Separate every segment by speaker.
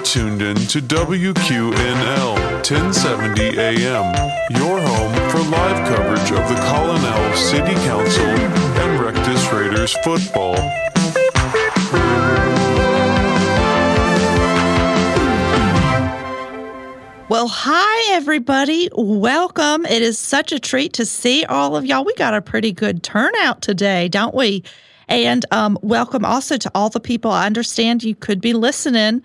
Speaker 1: Welcome to WQNL 1070 AM, your home for live coverage of the Colonel City Council and Rectus Raiders football.
Speaker 2: Well, hi, everybody. Welcome. It is such a treat to see all of y'all. We got a pretty good turnout today, don't we? And um, welcome also to all the people. I understand you could be listening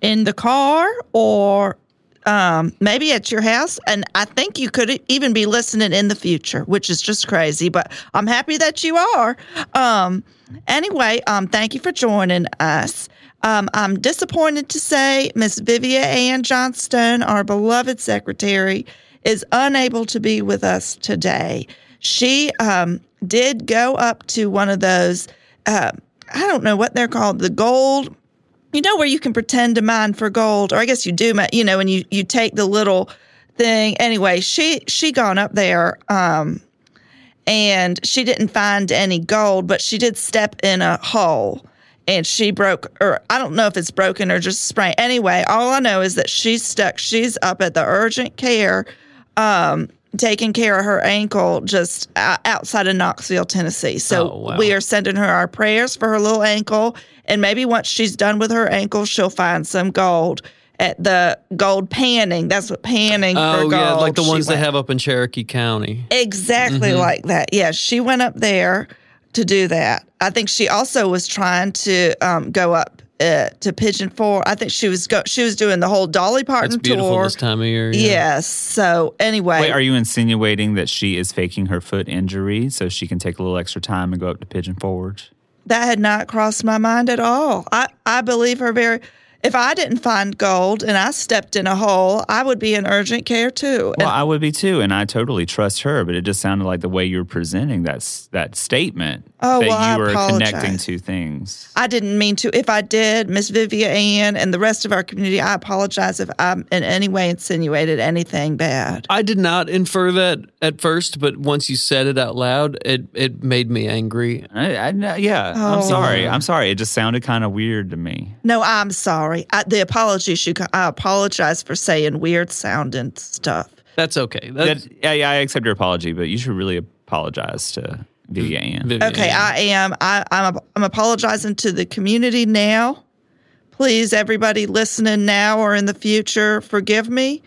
Speaker 2: in the car or um, maybe at your house. And I think you could e-, even be listening in the future, which is just crazy, but I'm happy that you are. Um, anyway, um, thank you for joining us. Um, I'm disappointed to say Miss Vivia Ann Johnstone, our beloved secretary, is unable to be with us today. She um, did go up to one of those, uh, I don't know what they're called, the gold you know where you can pretend to mine for gold or i guess you do mi- you know and you you take the little thing anyway she she gone up there um and she didn't find any gold but she did step in a hole and she broke or i don't know if it's broken or just sprained anyway all i know is that she's stuck she's up at the urgent care um taking care of her ankle just o- outside of knoxville tennessee so
Speaker 3: Oh, wow.
Speaker 2: we are sending her our prayers for her little ankle and maybe once she's done with her ankle she'll find some gold at the gold panning that's what panning for
Speaker 3: Oh
Speaker 2: gold
Speaker 3: yeah, like the
Speaker 2: she
Speaker 3: ones they
Speaker 2: went.
Speaker 3: have up in Cherokee County.
Speaker 2: Exactly like that. Yeah, she went up there to do that. I think she also was trying to um, go up uh, to Pigeon Four. I think she was go- she was doing the whole Dolly Parton
Speaker 3: It's beautiful
Speaker 2: tour.
Speaker 3: this time of year.
Speaker 2: Yes. So anyway,
Speaker 4: Wait, are you insinuating that she is faking her foot injury so she can take a little extra time and go up to Pigeon Forge?
Speaker 2: that had not crossed my mind at all. I I believe her very. If I didn't find gold and I stepped in a hole, I would be in urgent care too.
Speaker 4: Well, I would be too, and I totally trust her. But it just sounded like the way you were presenting that s- that statement
Speaker 2: Oh,
Speaker 4: that
Speaker 2: well, I
Speaker 4: you were connecting
Speaker 2: apologize.
Speaker 4: two things.
Speaker 2: I didn't mean to. If I did, Miss Vivia Ann and the rest of our community, I apologize if I in any way insinuated anything bad.
Speaker 3: I did not infer that at first, but once you said it out loud, it it made me angry.
Speaker 4: I, I, no, yeah,
Speaker 2: Oh.
Speaker 4: I'm sorry. I'm sorry. It just sounded kind of weird to me.
Speaker 2: No, I'm sorry. I, the apology should. co- I apologize for saying weird sounding stuff.
Speaker 3: That's okay.
Speaker 4: That,
Speaker 3: That's
Speaker 4: yeah, yeah, I accept your apology, but you should really apologize to Vivian. Ann.
Speaker 3: Vivian.
Speaker 2: Okay, I am. I, I'm. I'm apologizing to the community now. Please, everybody listening now or in the future, forgive me.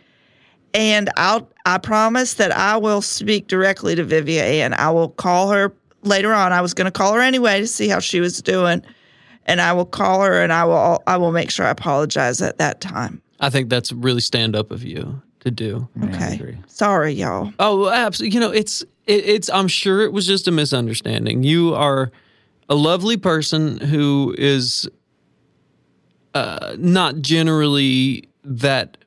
Speaker 2: And I'll. I promise that I will speak directly to Vivia Ann. I will call her later on. I was going to call her anyway to see how she was doing, and I will call her and I will. I will make sure I apologize at that time.
Speaker 3: I think that's really stand up of you to do.
Speaker 4: Yeah, I
Speaker 2: Okay.
Speaker 4: agree.
Speaker 2: Sorry, y'all.
Speaker 3: Oh, absolutely. You know, it's it, it's. I'm sure it was just a misunderstanding. You are a lovely person who is uh, not generally that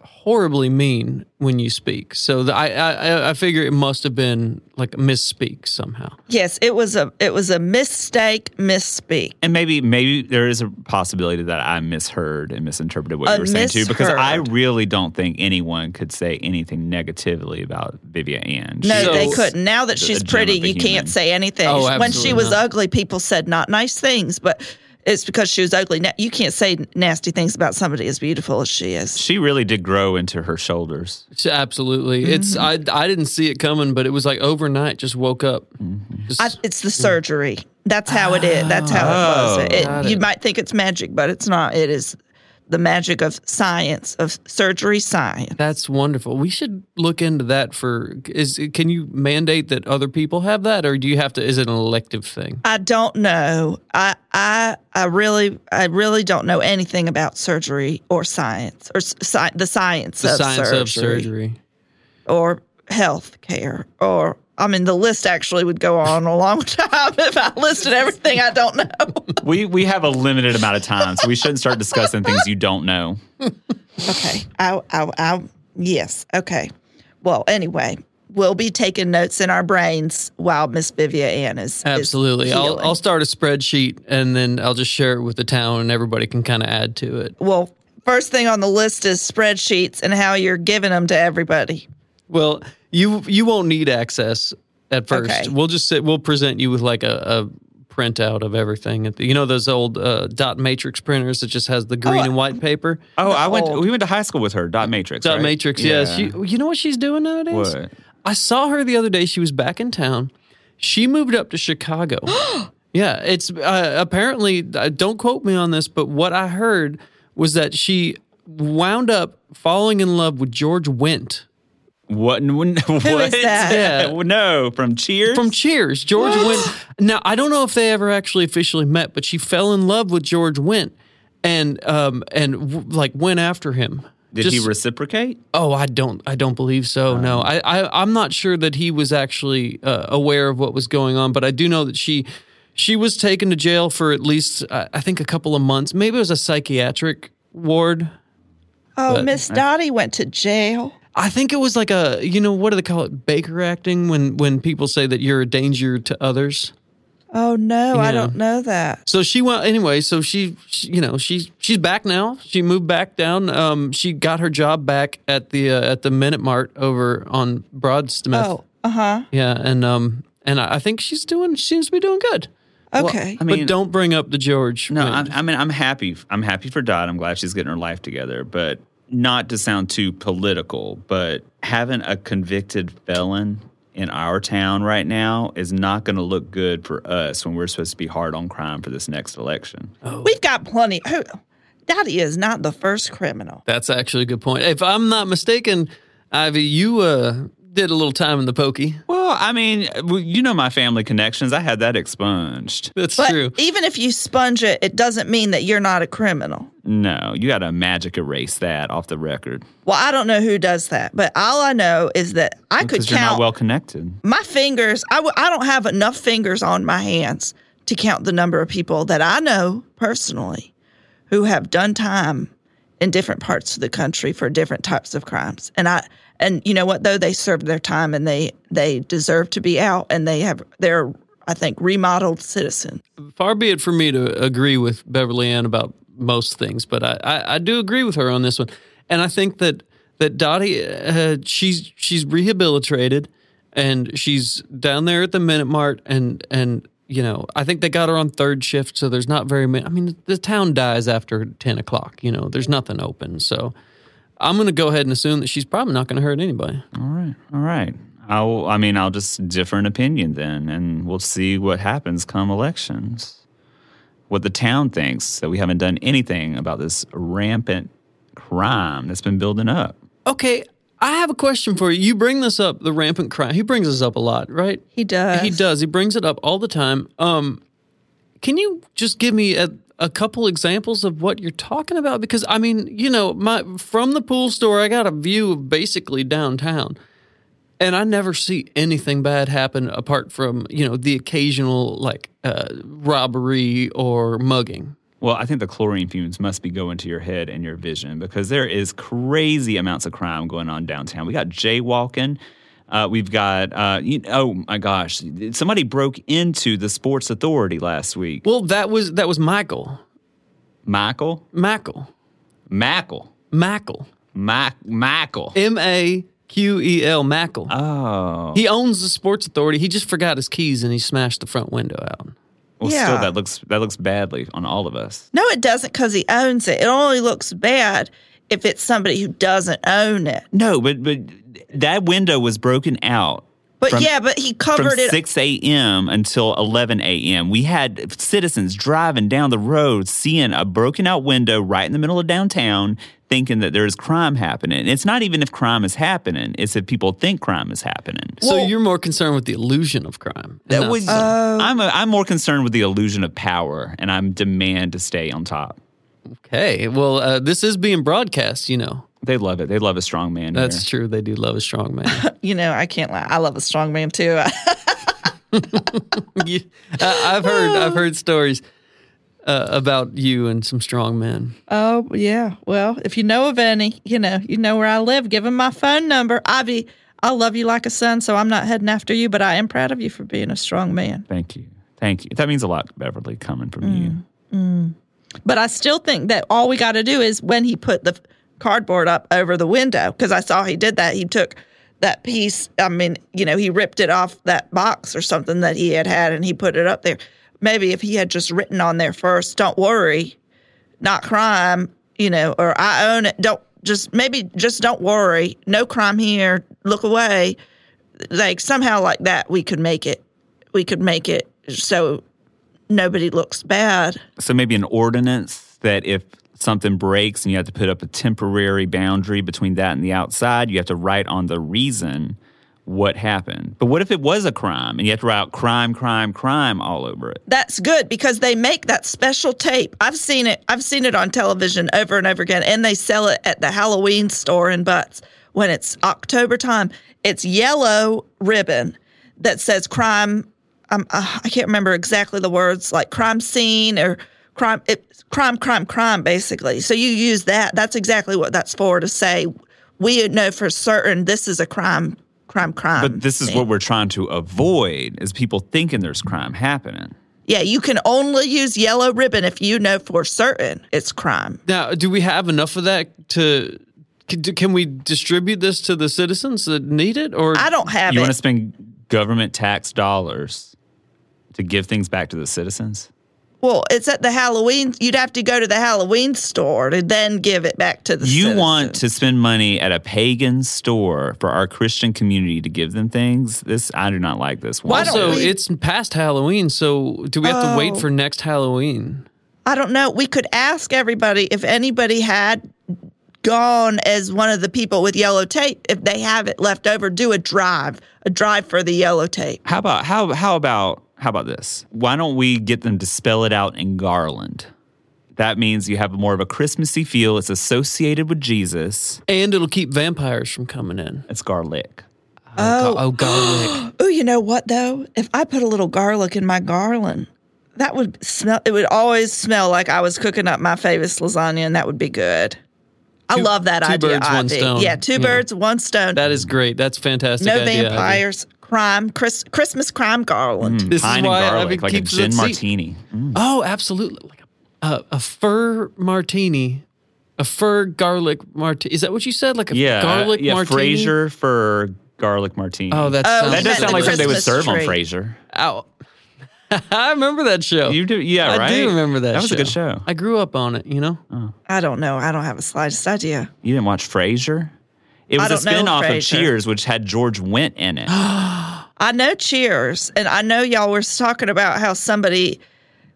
Speaker 3: horribly mean when you speak. So the, I, I I- I figure it must have been like a misspeak somehow.
Speaker 2: Yes, it was a it was a mistake, misspeak.
Speaker 4: And maybe maybe there is a possibility that I misheard and misinterpreted what
Speaker 2: Uh,
Speaker 4: you were saying too, because I
Speaker 2: misheard.
Speaker 4: really don't think anyone could say anything negatively about Vivian Ann.
Speaker 2: No,
Speaker 4: She's-
Speaker 3: So-
Speaker 2: they couldn't. Now that
Speaker 4: the
Speaker 2: she's
Speaker 4: gem of
Speaker 2: pretty,
Speaker 4: a
Speaker 2: you can't
Speaker 4: human.
Speaker 2: say anything.
Speaker 3: Oh,
Speaker 2: when she
Speaker 3: absolutely
Speaker 2: was
Speaker 3: not.
Speaker 2: ugly, people said not nice things, but it's because she was ugly. Now, you can't say nasty things about somebody as beautiful as she is.
Speaker 4: She really did grow into her shoulders.
Speaker 3: So absolutely. It's I I didn't see it coming, but it was like overnight. Just woke up. Just-
Speaker 2: I, it's
Speaker 3: Mm.
Speaker 2: the surgery. That's how it is. That's how it was. It-
Speaker 3: Oh. got
Speaker 2: You
Speaker 3: it.
Speaker 2: might think it's magic, but it's not. It is the magic of science, of surgery science.
Speaker 3: That's wonderful. We should look into that for is can you mandate that other people have that or do you have to is it an elective thing?
Speaker 2: I don't know. I I I really I really don't know anything about surgery or science or sci- the science
Speaker 3: The
Speaker 2: of
Speaker 3: science
Speaker 2: surgery.
Speaker 3: of surgery.
Speaker 2: or health care or I mean the list actually would go on a long time if I listed everything I don't know.
Speaker 4: We we have a limited amount of time, so we shouldn't start discussing things you don't know.
Speaker 2: Okay. I I I yes. Okay. Well, anyway, we'll be taking notes in our brains while Miss Vivia Ann is is
Speaker 3: Absolutely. I'll,
Speaker 2: healing.
Speaker 3: I'll start a spreadsheet and then I'll just share it with the town and everybody can kind of add to it.
Speaker 2: well, first thing on the list is spreadsheets and how you're giving them to everybody.
Speaker 3: Well, you you won't need access at first.
Speaker 2: Okay.
Speaker 3: We'll just sit we'll present you with like a, a printout of everything. At the, you know those old uh, dot matrix printers that just has the green
Speaker 2: Oh,
Speaker 3: and white paper.
Speaker 4: Oh, I went.
Speaker 2: old-
Speaker 4: we went to high school with her. Dot matrix.
Speaker 3: Dot
Speaker 4: right?
Speaker 3: matrix. Yeah. She, you know what she's doing nowadays?
Speaker 4: What?
Speaker 3: I saw her the other day. She was back in town. She moved up to Chicago. yeah. It's uh, apparently, uh, don't quote me on this, but what I heard was that she wound up falling in love with George Wendt.
Speaker 4: What? n- n- what?
Speaker 2: that?
Speaker 3: Yeah.
Speaker 4: Well, no, from Cheers.
Speaker 3: From Cheers, George Wendt. Now I don't know if they ever actually officially met, but she fell in love with George Wendt, and um and w- like went after him.
Speaker 4: Did
Speaker 3: Just-
Speaker 4: he reciprocate?
Speaker 3: Oh, I don't. I don't believe so. no, I, I. I'm not sure that he was actually uh, aware of what was going on, but I do know that she, she was taken to jail for at least uh, I, I think a couple of months. Maybe it was a psychiatric ward.
Speaker 2: Oh, Miss Dottie went to jail.
Speaker 3: I think it was like a you know what do they call it Baker acting when when people say that you're a danger to others.
Speaker 2: Oh no, I
Speaker 3: Yeah.
Speaker 2: don't know that.
Speaker 3: So she went anyway. So she, she you know, she's she's back now. She moved back down. Um, she got her job back at the uh, at the Minute Mart over on Broadsmith.
Speaker 2: Oh, uh huh.
Speaker 3: Yeah, and um, and I I think she's doing. She seems to be doing good.
Speaker 2: Okay.
Speaker 4: I mean-
Speaker 3: but don't bring up the George.
Speaker 4: No,
Speaker 3: wind.
Speaker 4: I'm, I mean I'm happy. I'm happy for Dot. I'm glad she's getting her life together. But not to sound too political, but having a convicted felon in our town right now is not going to look good for us when we're supposed to be hard on crime for this next election.
Speaker 2: We've got plenty. Who? Dottie is not the first criminal.
Speaker 3: that's actually a good point. If I'm not mistaken, Ivy, you uh did a little time in the pokey.
Speaker 4: Well, I mean, well, you know my family connections. I had that expunged.
Speaker 3: That's
Speaker 2: But
Speaker 3: true.
Speaker 2: even if you sponge it, it doesn't mean that you're not a criminal.
Speaker 4: No, you got to magic erase that off the record
Speaker 2: Well, I don't know who does that, but all I know is that I could
Speaker 4: because you're not
Speaker 2: count
Speaker 4: well connected.
Speaker 2: my fingers. I w- I don't have enough fingers on my hands to count the number of people that I know personally who have done time in different parts of the country for different types of crimes. And I and you know what though they served their time and they they deserve to be out and they have they're I think remodeled citizens.
Speaker 3: Far be it for me to agree with Beverly Ann about most things, but I, I, I do agree with her on this one, and I think that that Dottie uh, she's she's rehabilitated and she's down there at the Minute Mart and and you know I think they got her on third shift, so there's not very many. I mean the town dies after ten o'clock, you know, there's nothing open, so. I'm going to go ahead and assume that she's probably not going to hurt anybody.
Speaker 4: All right. All right. I'll, I mean, I'll just differ an opinion then, and we'll see what happens come elections. What the town thinks that we haven't done anything about this rampant crime that's been building up.
Speaker 3: Okay, I have a question for you. You bring this up, the rampant crime. He brings this up a lot, right?
Speaker 2: He does.
Speaker 3: He does. He brings it up all the time. Um, can you just give me a, a couple examples of what you're talking about? Because I mean, you know, my from the pool store, I got a view of basically downtown, and I never see anything bad happen apart from you know the occasional like uh, robbery or mugging.
Speaker 4: Well, I think the chlorine fumes must be going to your head and your vision because there is crazy amounts of crime going on downtown. We got jaywalking. Uh, we've got, uh, you, oh my gosh, somebody broke into the Sports Authority last week.
Speaker 3: Well, that was that was Michael,
Speaker 4: Michael?
Speaker 3: Michael,
Speaker 4: Mackle.
Speaker 3: Michael,
Speaker 4: Ma- Michael.
Speaker 3: M A Q E L, Michael.
Speaker 4: Oh.
Speaker 3: He owns the Sports Authority. He just forgot his keys and he smashed the front window out.
Speaker 4: Well,
Speaker 2: Yeah.
Speaker 4: still, that looks that looks badly on all of us.
Speaker 2: No, it doesn't because he owns it. It only looks bad if it's somebody who doesn't own it.
Speaker 4: No, but but that window was broken out
Speaker 2: But
Speaker 4: From-
Speaker 2: yeah, but he
Speaker 4: from
Speaker 2: covered it.
Speaker 4: six a.m. until eleven a.m. We had citizens driving down the road, seeing a broken out window right in the middle of downtown, thinking that there is crime happening. It's not even if crime is happening; it's if people think crime is happening.
Speaker 3: so you're more concerned with the illusion of crime. and
Speaker 4: That
Speaker 3: not-
Speaker 4: was,
Speaker 2: Uh,
Speaker 4: I'm a, I'm more concerned with the illusion of power, and I'm demand to stay on top.
Speaker 3: okay. Well, uh, this is being broadcast, you know.
Speaker 4: They love it. They love a strong man.
Speaker 3: That's
Speaker 4: here.
Speaker 3: true. They do love a strong man.
Speaker 2: you know, I can't lie. I love a strong man too.
Speaker 3: You- I, I've heard I've heard stories uh, about you and some strong men.
Speaker 2: oh yeah. Well, if you know of any, you know, you know where I live. Give him my phone number. Ivy, I love you like a son, so I'm not heading after you, but I am proud of you for being a strong man.
Speaker 4: Thank you. Thank you. That means a lot, Beverly, coming from
Speaker 2: Mm.
Speaker 4: you.
Speaker 2: But I still think that all we got to do is when he put the cardboard up over the window, because I saw he did that. He took that piece. I mean, you know, he ripped it off that box or something that he had had, and he put it up there. maybe if he had just written on there first, don't worry, not crime, you know, or I own it, don't just maybe just don't worry, no crime here, look away. Like somehow like that we could make it we could make it so nobody looks bad.
Speaker 4: So maybe an ordinance that if something breaks and you have to put up a temporary boundary between that and the outside, you have to write on the reason what happened. But what if it was a crime and you have to write out crime, crime, crime all over it?
Speaker 2: That's good because they make that special tape. I've seen it. I've seen it on television over and over again, and they sell it at the Halloween store in Butts when it's October time. It's yellow ribbon that says crime. Um, uh, I can't remember exactly the words, like crime scene or crime. It, crime, crime, crime, basically. So you use that. That's exactly what that's for to say we know for certain this is a crime, crime, crime.
Speaker 4: But this is
Speaker 2: scene."
Speaker 4: what we're trying to avoid is people thinking there's crime happening.
Speaker 2: Yeah, you can only use yellow ribbon if you know for certain it's crime.
Speaker 3: Now, do we have enough of that to? Can, do- can we distribute this to the citizens that need it? Or
Speaker 2: I don't have
Speaker 4: You
Speaker 2: it.
Speaker 4: want to spend government tax dollars to give things back to the citizens?
Speaker 2: well, it's at the Halloween. You'd have to go to the Halloween store to then give it back to the.
Speaker 4: You
Speaker 2: citizen.
Speaker 4: want to spend money at a pagan store for our Christian community to give them things? This I do not like this one.
Speaker 2: Why don't
Speaker 3: also,
Speaker 2: we-
Speaker 3: it's past Halloween, so do we have to wait
Speaker 2: Oh.
Speaker 3: for next Halloween?
Speaker 2: I don't know. We could ask everybody if anybody had gone as one of the people with yellow tape. If they have it left over, do a drive, a drive for the yellow tape.
Speaker 4: How about how how about how about this? Why don't we get them to spell it out in garland? That means you have more of a Christmassy feel. It's associated with Jesus.
Speaker 3: And it'll keep vampires from coming in.
Speaker 4: It's garlic.
Speaker 3: Oh, oh garlic.
Speaker 2: Oh, you know what though? If I put a little garlic in my garland, that would smell. It would always smell like I was cooking up my famous lasagna, and that would be good. I
Speaker 3: Two-
Speaker 2: love that
Speaker 3: two
Speaker 2: idea.
Speaker 3: birds, one
Speaker 2: Ivy.
Speaker 3: stone.
Speaker 2: Yeah, two
Speaker 3: Yeah.
Speaker 2: birds, one stone.
Speaker 3: that is great. That's fantastic.
Speaker 2: no
Speaker 3: idea, Ivy.
Speaker 2: vampires, crime, Chris, Christmas crime garland.
Speaker 3: This
Speaker 4: Pine
Speaker 3: is
Speaker 4: and
Speaker 3: why
Speaker 4: garlic,
Speaker 3: Ivy
Speaker 4: like a
Speaker 3: keeps
Speaker 4: gin
Speaker 3: it- see-
Speaker 4: martini. Mm.
Speaker 3: Oh, absolutely. Like a, a, a fur martini, a fur garlic martini. Is that what you said? Like a
Speaker 4: Yeah, uh,
Speaker 3: garlic
Speaker 4: yeah.
Speaker 3: martini.
Speaker 4: Fraser for garlic martini.
Speaker 3: Oh, that
Speaker 2: Oh,
Speaker 3: sounds
Speaker 4: that
Speaker 2: he
Speaker 4: does
Speaker 2: meant
Speaker 4: sound
Speaker 2: the
Speaker 4: like something they would
Speaker 2: Christmas
Speaker 4: serve on
Speaker 2: tree.
Speaker 4: Fraser.
Speaker 3: Ow. I remember that show.
Speaker 4: You do, yeah,
Speaker 3: I
Speaker 4: right.
Speaker 3: do remember that.
Speaker 4: That was a good show. Oh.
Speaker 3: I grew up on it. You know.
Speaker 2: I don't know. I don't have the slightest idea.
Speaker 4: You didn't watch Frasier? It
Speaker 2: I
Speaker 4: was a
Speaker 2: don't know
Speaker 4: spinoff of
Speaker 2: Frasier.
Speaker 4: Cheers, which had George Wendt in it.
Speaker 2: I know Cheers, and I know y'all were talking about how somebody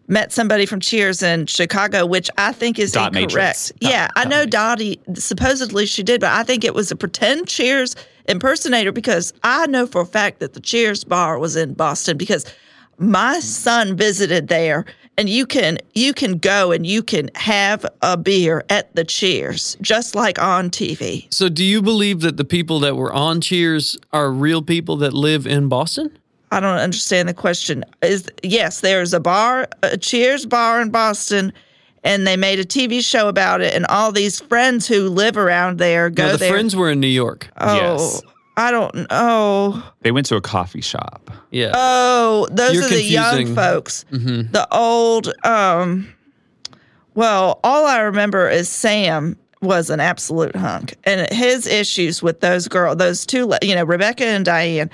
Speaker 2: met somebody from Cheers in Chicago, which I think is
Speaker 4: Dot
Speaker 2: incorrect.
Speaker 4: matrix. Dot-
Speaker 2: yeah, I
Speaker 4: dot
Speaker 2: know
Speaker 4: matrix.
Speaker 2: Dottie supposedly she did, but I think it was a pretend Cheers impersonator because I know for a fact that the Cheers bar was in Boston because my son visited there and you can you can go and you can have a beer at the Cheers just like on TV.
Speaker 3: So, do you believe that the people that were on Cheers are real people that live in Boston?
Speaker 2: I don't understand the question. Is yes, there's a bar, a Cheers bar in Boston, and they made a TV show about it, and all these friends who live around there go
Speaker 3: no, the
Speaker 2: there.
Speaker 3: friends were in New York.
Speaker 2: oh,
Speaker 4: Yes.
Speaker 2: I don't oh. know.
Speaker 4: They went to a coffee shop.
Speaker 3: Yeah.
Speaker 2: Oh, those
Speaker 3: You're
Speaker 2: are the young
Speaker 3: confusing.
Speaker 2: folks. The old. Um, well, all I remember is Sam was an absolute hunk, and his issues with those girl, those two, la- you know, Rebecca and Diane.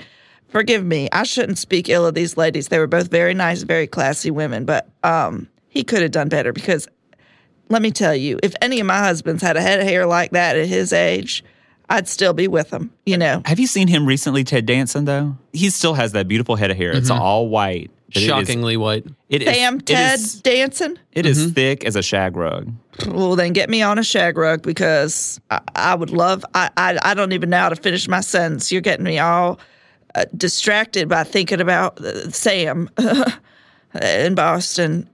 Speaker 2: Forgive me, I shouldn't speak ill of these ladies. They were both very nice, very classy women, but um, he could have done better because let me tell you, if any of my husbands had a head of hair like that at his age, I'd still be with him. You know,
Speaker 4: Have you seen him recently, Ted Danson, though? He still has that beautiful head of hair. It's all white. but it is-
Speaker 3: Shockingly white.
Speaker 4: It is,
Speaker 2: Mm-hmm. Sam, Ted, Mm-hmm.
Speaker 4: It is,
Speaker 2: dancing.
Speaker 4: it is thick as a shag rug.
Speaker 2: Well, then get me on a shag rug because I, I would love. I, I I don't even know how to finish my sentence. You're getting me all uh, distracted by thinking about uh, Sam in Boston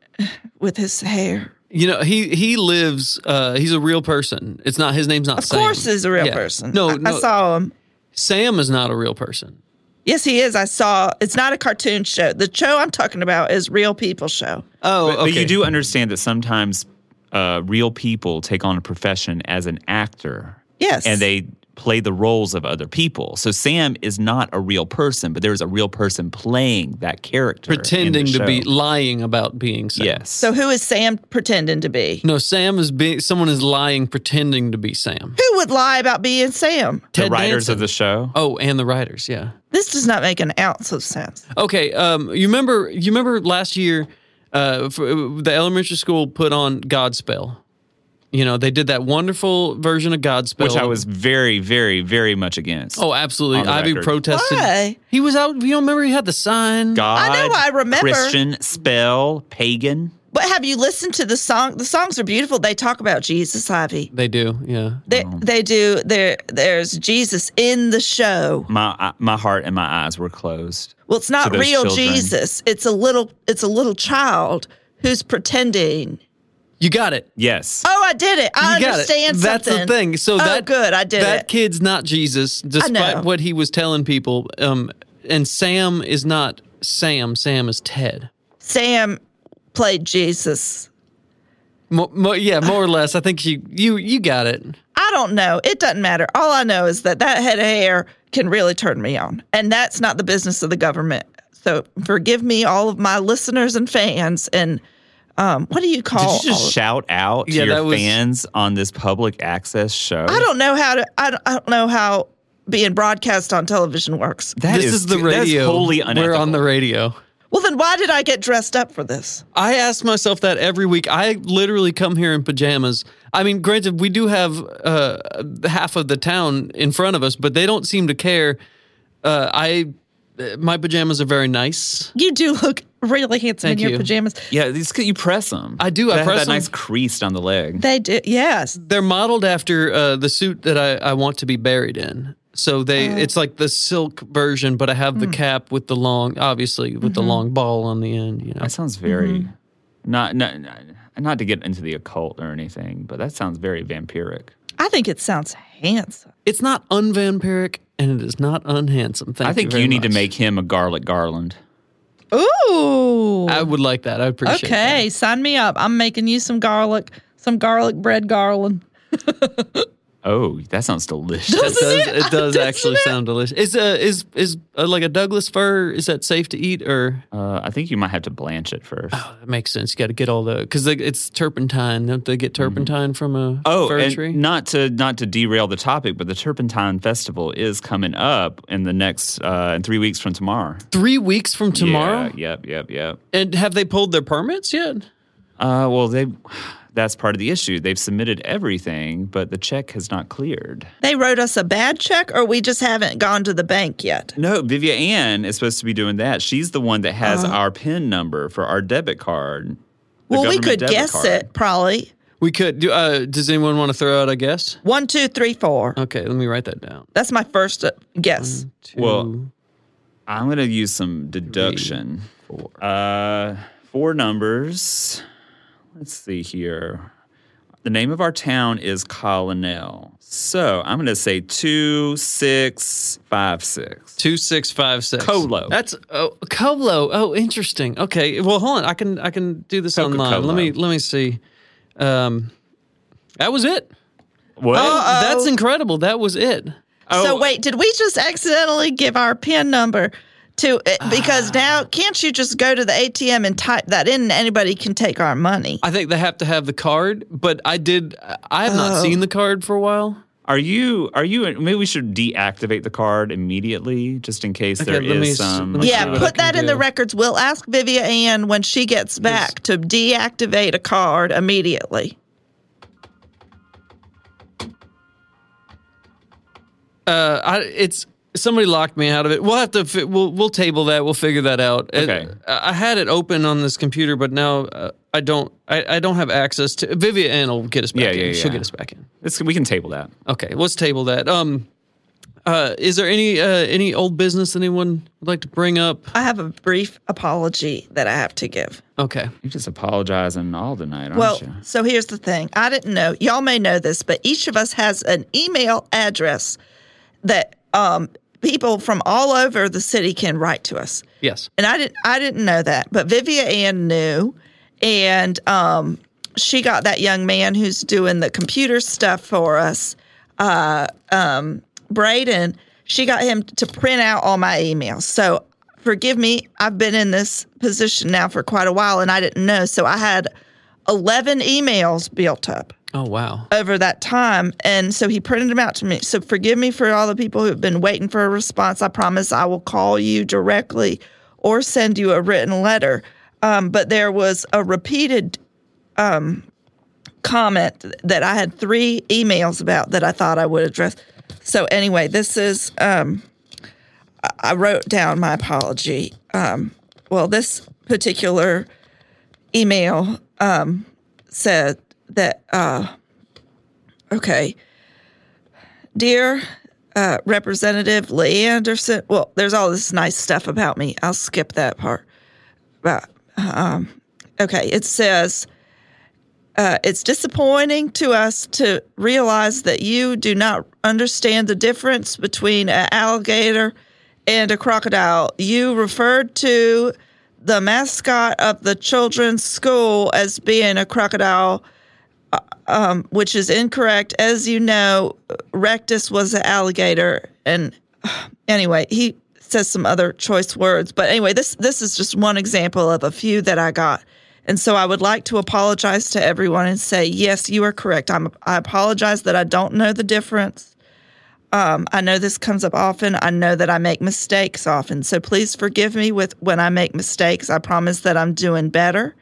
Speaker 2: with his hair.
Speaker 3: You know, he he lives. Uh, he's a real person. It's not his name's not.
Speaker 2: Of course, he's a real person.
Speaker 3: No,
Speaker 2: I,
Speaker 3: no.
Speaker 2: I saw him.
Speaker 3: Sam is not a real person.
Speaker 2: Yes, he is. I saw. It's not a cartoon show. The show I'm talking about is real people show.
Speaker 3: Oh,
Speaker 4: But, but you do understand that sometimes uh, real people take on a profession as an actor.
Speaker 2: Yes.
Speaker 4: And they play the roles of other people. So Sam is not a real person, but there is a real person playing that character. in the
Speaker 3: pretending to be
Speaker 4: show.
Speaker 3: lying about being Sam.
Speaker 4: Yes.
Speaker 2: So who is Sam pretending to be?
Speaker 3: No, Sam is being someone is lying pretending to be Sam.
Speaker 2: Who would lie about being Sam?
Speaker 4: the
Speaker 3: Ted
Speaker 4: writers
Speaker 3: Danson.
Speaker 4: of the show.
Speaker 3: Oh, and the writers, yeah.
Speaker 2: This does not make an ounce of sense.
Speaker 3: Okay, um, you remember you remember last year uh, for, the elementary school put on Godspell. You know, they did that wonderful version of Godspell,
Speaker 4: which I was very, very, very much against.
Speaker 3: Oh, absolutely!
Speaker 4: on the
Speaker 3: Ivy
Speaker 4: record.
Speaker 3: protested.
Speaker 2: Why?
Speaker 3: He was out. You don't remember he had the sign.
Speaker 4: God,
Speaker 2: I know, I remember.
Speaker 4: Christian spell pagan.
Speaker 2: But have you listened to the song? The songs are beautiful. They talk about Jesus, Ivy.
Speaker 3: They do. Yeah.
Speaker 2: They they do. There there's Jesus in the show.
Speaker 4: My my heart and my eyes were closed.
Speaker 2: Well, it's not
Speaker 4: those
Speaker 2: real
Speaker 4: children.
Speaker 2: Jesus. It's a little it's a little child who's pretending.
Speaker 3: You got it.
Speaker 4: Yes,
Speaker 2: Oh, I did it. I
Speaker 3: You got it.
Speaker 2: understand
Speaker 3: That's the
Speaker 2: something.
Speaker 3: thing. So
Speaker 2: oh,
Speaker 3: that
Speaker 2: good. I did
Speaker 3: that
Speaker 2: it.
Speaker 3: kid's not Jesus,
Speaker 2: know.
Speaker 3: despite what he was telling people. Um, and Sam is not Sam. Sam is Ted.
Speaker 2: Sam played Jesus.
Speaker 3: Mo- mo- yeah, more or less. I think you you you got it.
Speaker 2: I don't know. It doesn't matter. All I know is that that head of hair can really turn me on. And that's not the business of the government. So forgive me, all of my listeners and fans. And um, what do you
Speaker 4: did
Speaker 2: call
Speaker 4: you just
Speaker 2: all of-
Speaker 4: shout out to
Speaker 3: Oh, Yeah,
Speaker 4: your
Speaker 3: that was-
Speaker 4: fans on this public access show?
Speaker 2: I don't know how to, I don't, I don't know how being broadcast on television works.
Speaker 4: That
Speaker 3: this is, the
Speaker 4: too- that is
Speaker 3: radio.
Speaker 4: wholly unethical.
Speaker 3: We're on the radio.
Speaker 2: Well, then why did I get dressed up for this?
Speaker 3: I ask myself that every week. I literally come here in pajamas. I mean, granted, we do have uh, half of the town in front of us, but they don't seem to care. Uh, I uh, my pajamas are very nice.
Speaker 2: You do look really handsome
Speaker 3: Thank
Speaker 2: in your
Speaker 3: you.
Speaker 2: pajamas.
Speaker 4: Yeah, these you press them.
Speaker 3: I do, I
Speaker 4: They have
Speaker 3: press
Speaker 4: that
Speaker 3: them.
Speaker 4: nice crease on the leg.
Speaker 2: They do. Yes.
Speaker 3: They're modeled after uh, the suit that I, I want to be buried in. So they it's like the silk version, but I have the cap with the long, obviously with the long ball on the end. You know,
Speaker 4: That sounds very
Speaker 3: Mm-hmm.
Speaker 4: not, not not not to get into the occult or anything, but that sounds very vampiric.
Speaker 2: I think it sounds handsome.
Speaker 3: it's not unvampiric and it is not unhandsome. Thank
Speaker 4: I think
Speaker 3: you,
Speaker 4: you,
Speaker 3: very
Speaker 4: need to
Speaker 3: much.
Speaker 4: make him a garlic garland.
Speaker 2: Ooh.
Speaker 3: I would like that. I appreciate. that.
Speaker 2: Okay, sign me up. I'm making you some garlic, some garlic bread garland.
Speaker 4: Oh, that sounds delicious.
Speaker 3: It does, it does actually sound delicious. Is uh, is is uh, like a Douglas fir? Is that safe to eat or?
Speaker 4: Uh, I think you might have to blanch it first.
Speaker 3: Oh, that makes sense. You got to get all the because it's turpentine. Don't they get turpentine from a
Speaker 4: Mm-hmm. Oh,
Speaker 3: fir
Speaker 4: and
Speaker 3: tree?
Speaker 4: not to not to derail the topic, but the Turpentine Festival is coming up in the next uh, in three weeks from tomorrow.
Speaker 3: Three weeks from tomorrow.
Speaker 4: Yeah, yep, yep, yep.
Speaker 3: And have they pulled their permits yet?
Speaker 4: Uh, well, they that's part of the issue. They've submitted everything, but the check has not cleared.
Speaker 2: They wrote us a bad check, or we just haven't gone to the bank yet.
Speaker 4: No, Vivia Ann is supposed to be doing that. She's the one that has our PIN number for our debit card. the
Speaker 2: Uh-huh. well, we
Speaker 4: government
Speaker 2: could
Speaker 4: debit
Speaker 2: guess
Speaker 4: card.
Speaker 2: it probably.
Speaker 3: We could. do- Uh, does anyone want to throw out a guess?
Speaker 2: One, two, three, four.
Speaker 3: Okay, let me write that down.
Speaker 2: That's my first uh,
Speaker 3: Mm.
Speaker 2: guess.
Speaker 4: Well, I'm going to use some deduction. four. Uh, four numbers. Let's see here. The name of our town is Colonel. So I'm going to say two, six, five, six.
Speaker 3: Two six five six.
Speaker 4: Colo.
Speaker 3: That's oh Colo. Oh, interesting. Okay. Well, hold on. I can I can do this online. Let me
Speaker 4: Coca-Cola.
Speaker 3: let me see. Um, that was it.
Speaker 4: What?
Speaker 3: Oh! That's incredible. That was it. Oh.
Speaker 2: So wait, did we just accidentally give our PIN number to? It?
Speaker 3: Ah.
Speaker 2: Because now can't you just go to the ATM and type that in, and anybody can take our money?
Speaker 3: I think they have to have the card, but I did. I have not seen the card for a while.
Speaker 4: Are you? Are you? Maybe we should deactivate the card immediately, just in case there
Speaker 3: let me
Speaker 4: is
Speaker 3: s-
Speaker 4: some.
Speaker 3: let me see
Speaker 2: Yeah,
Speaker 3: what I
Speaker 2: put
Speaker 3: can
Speaker 2: that in the
Speaker 3: do.
Speaker 2: records. We'll ask Vivia Ann when she gets back to deactivate a card immediately.
Speaker 3: Uh, I, it's somebody locked me out of it. We'll have to. Fi- we'll we'll table that. We'll figure that out. It-
Speaker 4: Okay.
Speaker 3: I I had it open on this computer, but now uh, I don't. I, I don't have access to. Vivian Ann will get us back
Speaker 4: Yeah,
Speaker 3: in.
Speaker 4: yeah, yeah.
Speaker 3: She'll get us back in.
Speaker 4: It's- we can table that.
Speaker 3: Okay, let's table that. Um, uh, is there any uh, any old business anyone would like to bring up?
Speaker 2: I have a brief apology that I have to give.
Speaker 3: Okay,
Speaker 4: You're just apologizing all tonight, aren't
Speaker 2: Well,
Speaker 4: you?
Speaker 2: so here's the thing. I didn't know. Y'all may know this, but each of us has an email address that um, people from all over the city can write to us.
Speaker 3: yes.
Speaker 2: And I didn't I didn't know that, but Vivia Ann knew and um, she got that young man who's doing the computer stuff for us, uh, um, Braden. She got him to print out all my emails. So forgive me, I've been in this position now for quite a while and I didn't know. So I had 11 emails built up
Speaker 3: Oh wow.
Speaker 2: over that time. And so he printed them out to me. So forgive me for all the people who've been waiting for a response. I promise I will call you directly or send you a written letter. Um, but there was a repeated um, comment that I had three emails about that I thought I would address. So anyway, this is um, I- I wrote down my apology. Um, well, this particular email um, said that uh, okay, dear uh, Representative Lee Anderson. Well, there's all this nice stuff about me. I'll skip that part. But, um, okay, it says uh, it's disappointing to us to realize that you do not understand the difference between an alligator and a crocodile. You referred to the mascot of the children's school as being a crocodile which is incorrect. As you know, Rectus was an alligator, and anyway, he says some other choice words. But anyway, this this is just one example of a few that I got, and so I would like to apologize to everyone and say, yes, you are correct. I'm I apologize that I don't know the difference. Um, I know this comes up often. I know that I make mistakes often, so please forgive me with when I make mistakes. I promise that I'm doing better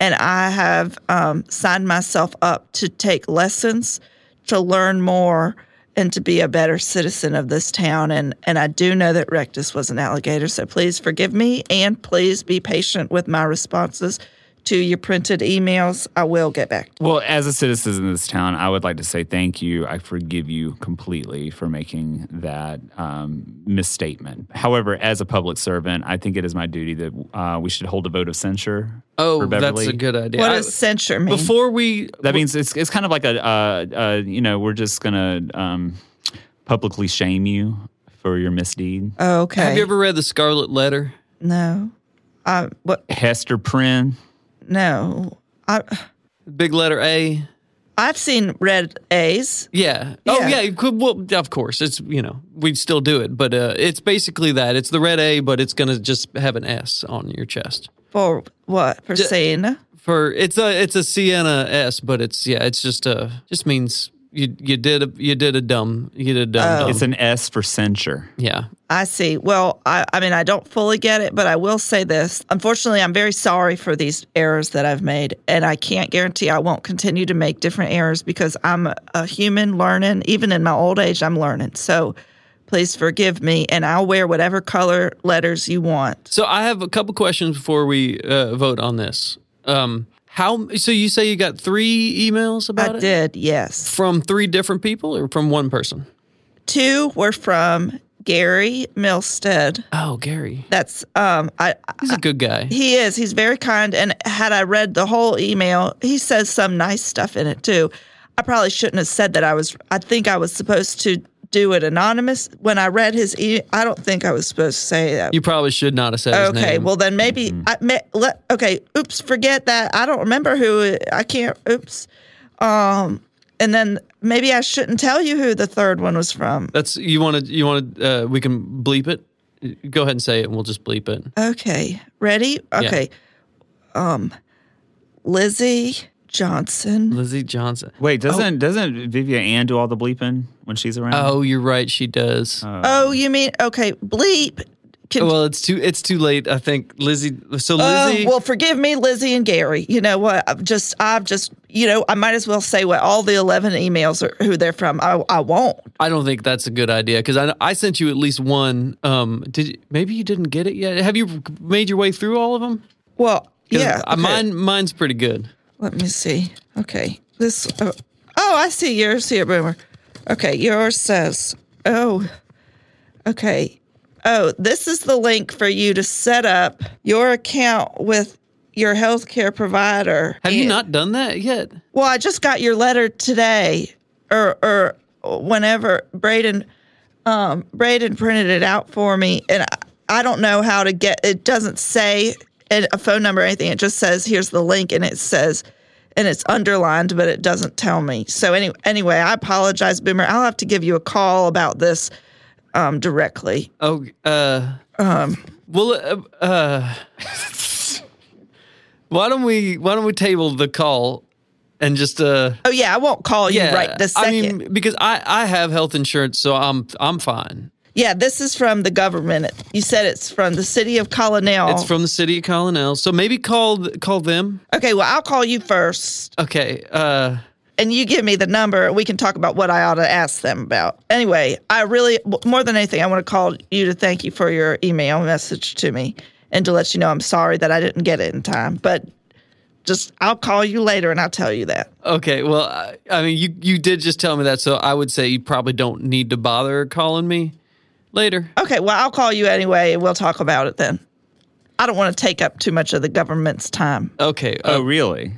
Speaker 2: and I have um, signed myself up to take lessons, to learn more, and to be a better citizen of this town. And and I do know that Rectus was an alligator, so please forgive me and please be patient with my responses to your printed emails. I will get back. to
Speaker 4: Well, as a citizen of this town, I would like to say thank you. I forgive you completely for making that um, misstatement. However, as a public servant, I think it is my duty that uh, we should hold a vote of censure.
Speaker 3: Oh,
Speaker 4: for
Speaker 3: that's
Speaker 4: Beverly.
Speaker 3: a good idea.
Speaker 2: What
Speaker 3: I-
Speaker 2: does censure mean?
Speaker 3: before we
Speaker 4: That means it's it's kind of like a uh, uh, you know we're just gonna um, publicly shame you for your misdeed.
Speaker 2: Oh, okay.
Speaker 3: have you ever read the Scarlet Letter?
Speaker 2: no. I what?
Speaker 4: Hester Prynne.
Speaker 2: No. I
Speaker 3: Big letter A.
Speaker 2: I've seen red A's.
Speaker 3: Yeah. Oh,
Speaker 2: Yeah.
Speaker 3: yeah. You could, well, of course, it's you know we'd still do it, but uh, it's basically that. It's the red A, but it's gonna just have an S on your chest.
Speaker 2: For what? For saying?
Speaker 3: For it's a it's a Sienna S, but it's yeah, it's just uh just means you you did a you did a dumb you did a dumb.
Speaker 2: Oh.
Speaker 3: dumb.
Speaker 4: It's an S for censure.
Speaker 3: yeah.
Speaker 2: I see. Well, I, I mean, I don't fully get it, but I will say this. Unfortunately, I'm very sorry for these errors that I've made, and I can't guarantee I won't continue to make different errors because I'm a, a human learning. Even in my old age, I'm learning. So please forgive me, and I'll wear whatever color letters you want.
Speaker 3: So I have a couple questions before we uh, vote on this. Um, how so? You say you got three emails about
Speaker 2: I
Speaker 3: it
Speaker 2: did, yes.
Speaker 3: from three different people or from one person?
Speaker 2: Two were from Gary Milstead.
Speaker 3: Oh, Gary,
Speaker 2: That's um, I,
Speaker 3: he's a good guy.
Speaker 2: He is. He's very kind. And had I read the whole email, he says some nice stuff in it too. I probably shouldn't have said that I was. I think I was supposed to do it anonymous. When I read his e, I don't think I was supposed to say that.
Speaker 3: You probably should not have said his
Speaker 2: okay.
Speaker 3: name. Mm-hmm.
Speaker 2: Well, then maybe I may, let. Okay. Oops. Forget that. I don't remember who. it- I can't. Oops. Um. And then maybe I shouldn't tell you who the third one was from.
Speaker 3: that's you want to you want to uh, we can bleep it. Go ahead and say it, and we'll just bleep it.
Speaker 2: Okay. Ready? Okay. Um. Lizzie Johnson.
Speaker 3: Lizzie Johnson.
Speaker 4: Wait, doesn't doesn't Vivian Ann do all the bleeping when she's around?
Speaker 3: Oh, you're right. She does.
Speaker 2: Oh, you mean okay? Bleep. Can,
Speaker 3: Um, well, it's too it's too late. I think Lizzie. So
Speaker 2: Oh,
Speaker 3: Lizzie.
Speaker 2: well, forgive me, Lizzie and Gary. You know what? I've just, I've just, you know, I might as well say what all the eleven emails are, who they're from. I, I won't.
Speaker 3: I don't think that's a good idea because I I sent you at least one. Um, did you, maybe you didn't get it yet? Have you made your way through all of them?
Speaker 2: Well,
Speaker 3: 'Cause
Speaker 2: yeah.
Speaker 3: I-
Speaker 2: okay.
Speaker 3: mine mine's pretty good.
Speaker 2: Let me see. Okay, this. Oh, oh, I see yours here, Boomer. Okay, yours says. Oh, okay. Oh, this is the link for you to set up your account with your healthcare provider.
Speaker 3: Have you
Speaker 2: And-
Speaker 3: not done that yet?
Speaker 2: Well, I just got your letter today, or or whenever Braden, um, Braden printed it out for me, and I, I don't know how to get. It doesn't say a a phone number or anything. It just says here's the link, and it says, and it's underlined, but it doesn't tell me. So any, anyway, I apologize, Boomer. I'll have to give you a call about this um, directly.
Speaker 3: Oh, uh,
Speaker 2: Um,
Speaker 3: well, uh, uh, why don't we why don't we table the call and just uh,
Speaker 2: Oh yeah, I won't call you
Speaker 3: yeah,
Speaker 2: right this
Speaker 3: I
Speaker 2: second.
Speaker 3: mean, because I I have health insurance, so I'm I'm fine.
Speaker 2: Yeah, this is from the government. You said it's from the city of Colonel.
Speaker 3: It's from the city of Colonel. So maybe call call them.
Speaker 2: okay, well, I'll call you first
Speaker 3: Okay. Uh,
Speaker 2: and you give me the number. We can talk about what I ought to ask them about. Anyway, I really, w- more than anything, I want to call you to thank you for your email message to me and to let you know I'm sorry that I didn't get it in time. But just, I'll call you later and I'll tell you that.
Speaker 3: okay. Well, I, I mean, you you did just tell me that, so I would say you probably don't need to bother calling me later.
Speaker 2: Okay, well, I'll call you anyway and we'll talk about it then. I don't want to take up too much of the government's time.
Speaker 3: Okay.
Speaker 4: Oh,
Speaker 3: Uh,
Speaker 4: really?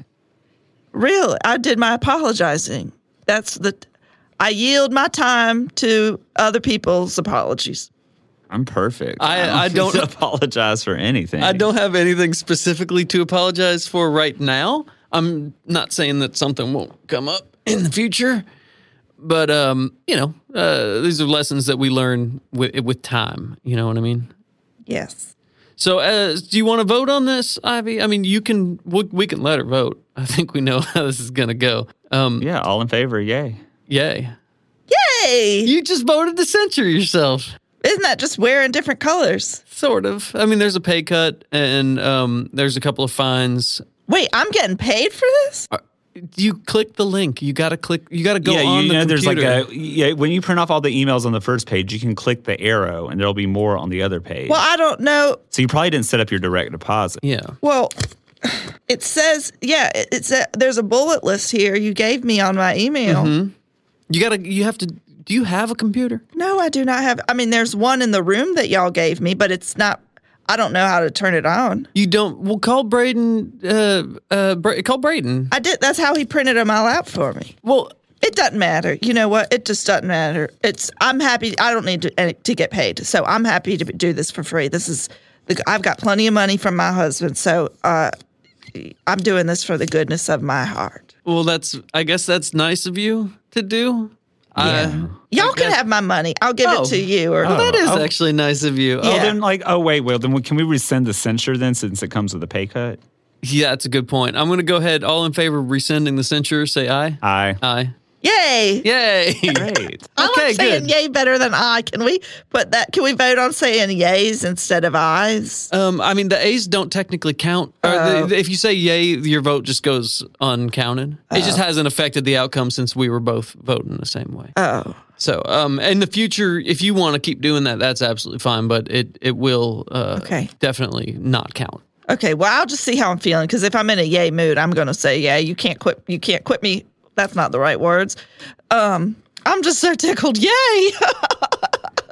Speaker 2: Really, I did my apologizing. That's the, I yield my time to other people's apologies.
Speaker 4: I'm perfect.
Speaker 3: I- I
Speaker 4: need
Speaker 3: don't-
Speaker 4: to apologize for anything.
Speaker 3: I don't have anything specifically to apologize for right now. I'm not saying that something won't come up in the future, but um, you know, uh, these are lessons that we learn with with time. You know what I mean?
Speaker 2: Yes.
Speaker 3: So, uh, do you want to vote on this, Ivy? I mean, you can. We, we can let her vote. I think we know how this is gonna go. Um,
Speaker 4: Yeah, all in favor. Yay.
Speaker 3: yay!
Speaker 2: Hey,
Speaker 3: You just voted to censure yourself,
Speaker 2: isn't that just wearing different colors?
Speaker 3: sort of. I mean, there's a pay cut and um, there's a couple of fines.
Speaker 2: Wait, I'm getting paid for this?
Speaker 3: You click the link. You gotta click. You gotta go
Speaker 4: yeah,
Speaker 3: on
Speaker 4: you
Speaker 3: the
Speaker 4: know, there's like
Speaker 3: computer.
Speaker 4: a yeah. When you print off all the emails on the first page, you can click the arrow, and there'll be more on the other page.
Speaker 2: Well, I don't know.
Speaker 4: so you probably didn't set up your direct deposit.
Speaker 3: yeah.
Speaker 2: Well, it says, yeah, it, it's a, there's a bullet list here you gave me on my email.
Speaker 3: You gotta. You have to. Do you have a computer?
Speaker 2: No, I do not have. I mean, there's one in the room that y'all gave me, but it's not. I don't know how to turn it on.
Speaker 3: You don't. Well, call Braden. Uh, uh, Bra- call Braden.
Speaker 2: I did. That's how he printed them all out for me.
Speaker 3: Well,
Speaker 2: It doesn't matter. You know what? It just doesn't matter. It's. I'm happy. I don't need to eh, to get paid, so I'm happy to do this for free. This is. the- I've got plenty of money from my husband, so uh, I'm doing this for the goodness of my heart.
Speaker 3: well, that's. I guess that's nice of you to do. I,
Speaker 2: Y'all can have my money. I'll give
Speaker 3: Oh.
Speaker 2: it to you. Or
Speaker 3: Well, that is
Speaker 4: Oh.
Speaker 3: actually nice of you.
Speaker 4: Oh,
Speaker 3: Oh,
Speaker 2: Yeah.
Speaker 4: then like, oh wait, well then we- can we rescind the censure then since it comes with a pay cut?
Speaker 3: yeah, that's a good point. I'm going to go ahead. All in favor of rescinding the censure, say aye.
Speaker 4: Aye.
Speaker 3: Aye.
Speaker 2: yay!
Speaker 3: Yay.
Speaker 4: Great.
Speaker 2: I
Speaker 3: Okay,
Speaker 2: like saying
Speaker 3: good.
Speaker 2: yay better than I. Can we put that? Can we vote on saying yays instead of ayes?
Speaker 3: Um, I mean, the A's don't technically count. Or the-
Speaker 2: Oh.
Speaker 3: the- if you say yay, your vote just goes uncounted. It just hasn't affected the outcome since we were both voting the same way.
Speaker 2: Oh,
Speaker 3: so, um, in the future, if you want to keep doing that, that's absolutely fine. But it it will uh,
Speaker 2: Okay.
Speaker 3: definitely not count.
Speaker 2: okay. Well, I'll just see how I'm feeling because if I'm in a yay mood, I'm gonna say yeah. You can't quit. You can't quit me. That's not the right words. Um, I'm just so tickled. Yay!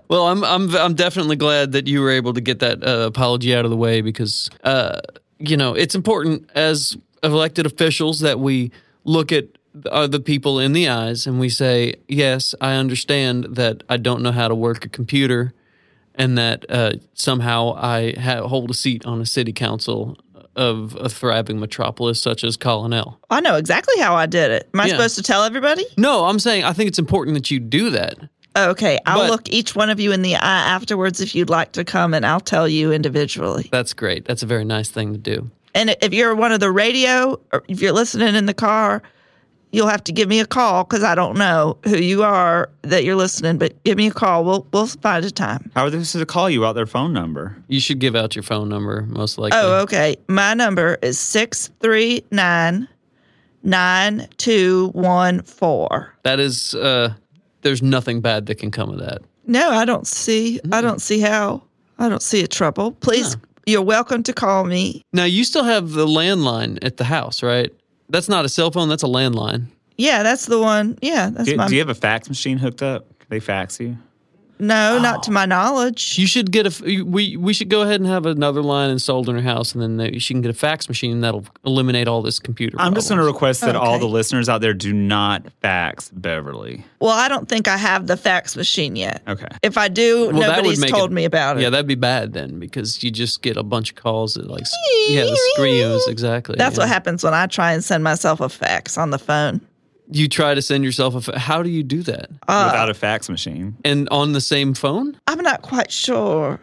Speaker 3: Well, I'm I'm I'm definitely glad that you were able to get that uh, apology out of the way because uh, you know it's important as elected officials that we look at other people in the eyes and we say, yes, I understand that I don't know how to work a computer, and that uh, somehow I ha- hold a seat on a city council of a thriving metropolis such as Colonel.
Speaker 2: I know exactly how I did it. Am I
Speaker 3: Yeah.
Speaker 2: supposed to tell everybody?
Speaker 3: No, I'm saying I think it's important that you do that.
Speaker 2: Okay, I'll
Speaker 3: But-
Speaker 2: look each one of you in the eye afterwards if you'd like to come, and I'll tell you individually.
Speaker 3: That's great. That's a very nice thing to do.
Speaker 2: And if you're one of the radio, or if you're listening in the car, you'll have to give me a call because I don't know who you are that you're listening. But give me a call. We'll we'll find a time.
Speaker 4: How are they supposed to call you out their phone number?
Speaker 3: You should give out your phone number, most likely.
Speaker 2: Oh, okay. My number is six three nine nine two one four.
Speaker 3: That is, uh, there's nothing bad that can come of that.
Speaker 2: No, I don't see. I don't see how. I don't see a trouble. Please, you're welcome to call me.
Speaker 3: Now, you still have the landline at the house, right? That's not a cell phone, that's a landline.
Speaker 2: Yeah, that's the one. Yeah, that's
Speaker 4: Do,
Speaker 2: my.
Speaker 4: do you have a fax machine hooked up? Can they fax you?
Speaker 2: no, not to my knowledge.
Speaker 3: You should get a, f- we, we should go ahead and have another line installed in her house, and then they, she can get a fax machine that'll eliminate all this computer.
Speaker 4: I'm just going to
Speaker 3: problems. Oh,
Speaker 4: request that all
Speaker 2: Okay.
Speaker 4: the listeners out there do not fax Beverly.
Speaker 2: Well, I don't think I have the fax machine yet.
Speaker 4: Okay.
Speaker 2: If I do,
Speaker 3: Well, that would
Speaker 2: nobody's
Speaker 3: make
Speaker 2: told
Speaker 3: it-
Speaker 2: me about it.
Speaker 3: Yeah, that'd be bad then because you just get a bunch of calls that, like, s- yeah, the screams, exactly.
Speaker 2: That's
Speaker 3: yeah.
Speaker 2: what happens when I try and send myself a fax on the phone.
Speaker 3: You try to send yourself a, fa- how do you do that?
Speaker 2: Ah,
Speaker 4: Without a fax machine.
Speaker 3: And on the same phone?
Speaker 2: I'm not quite sure.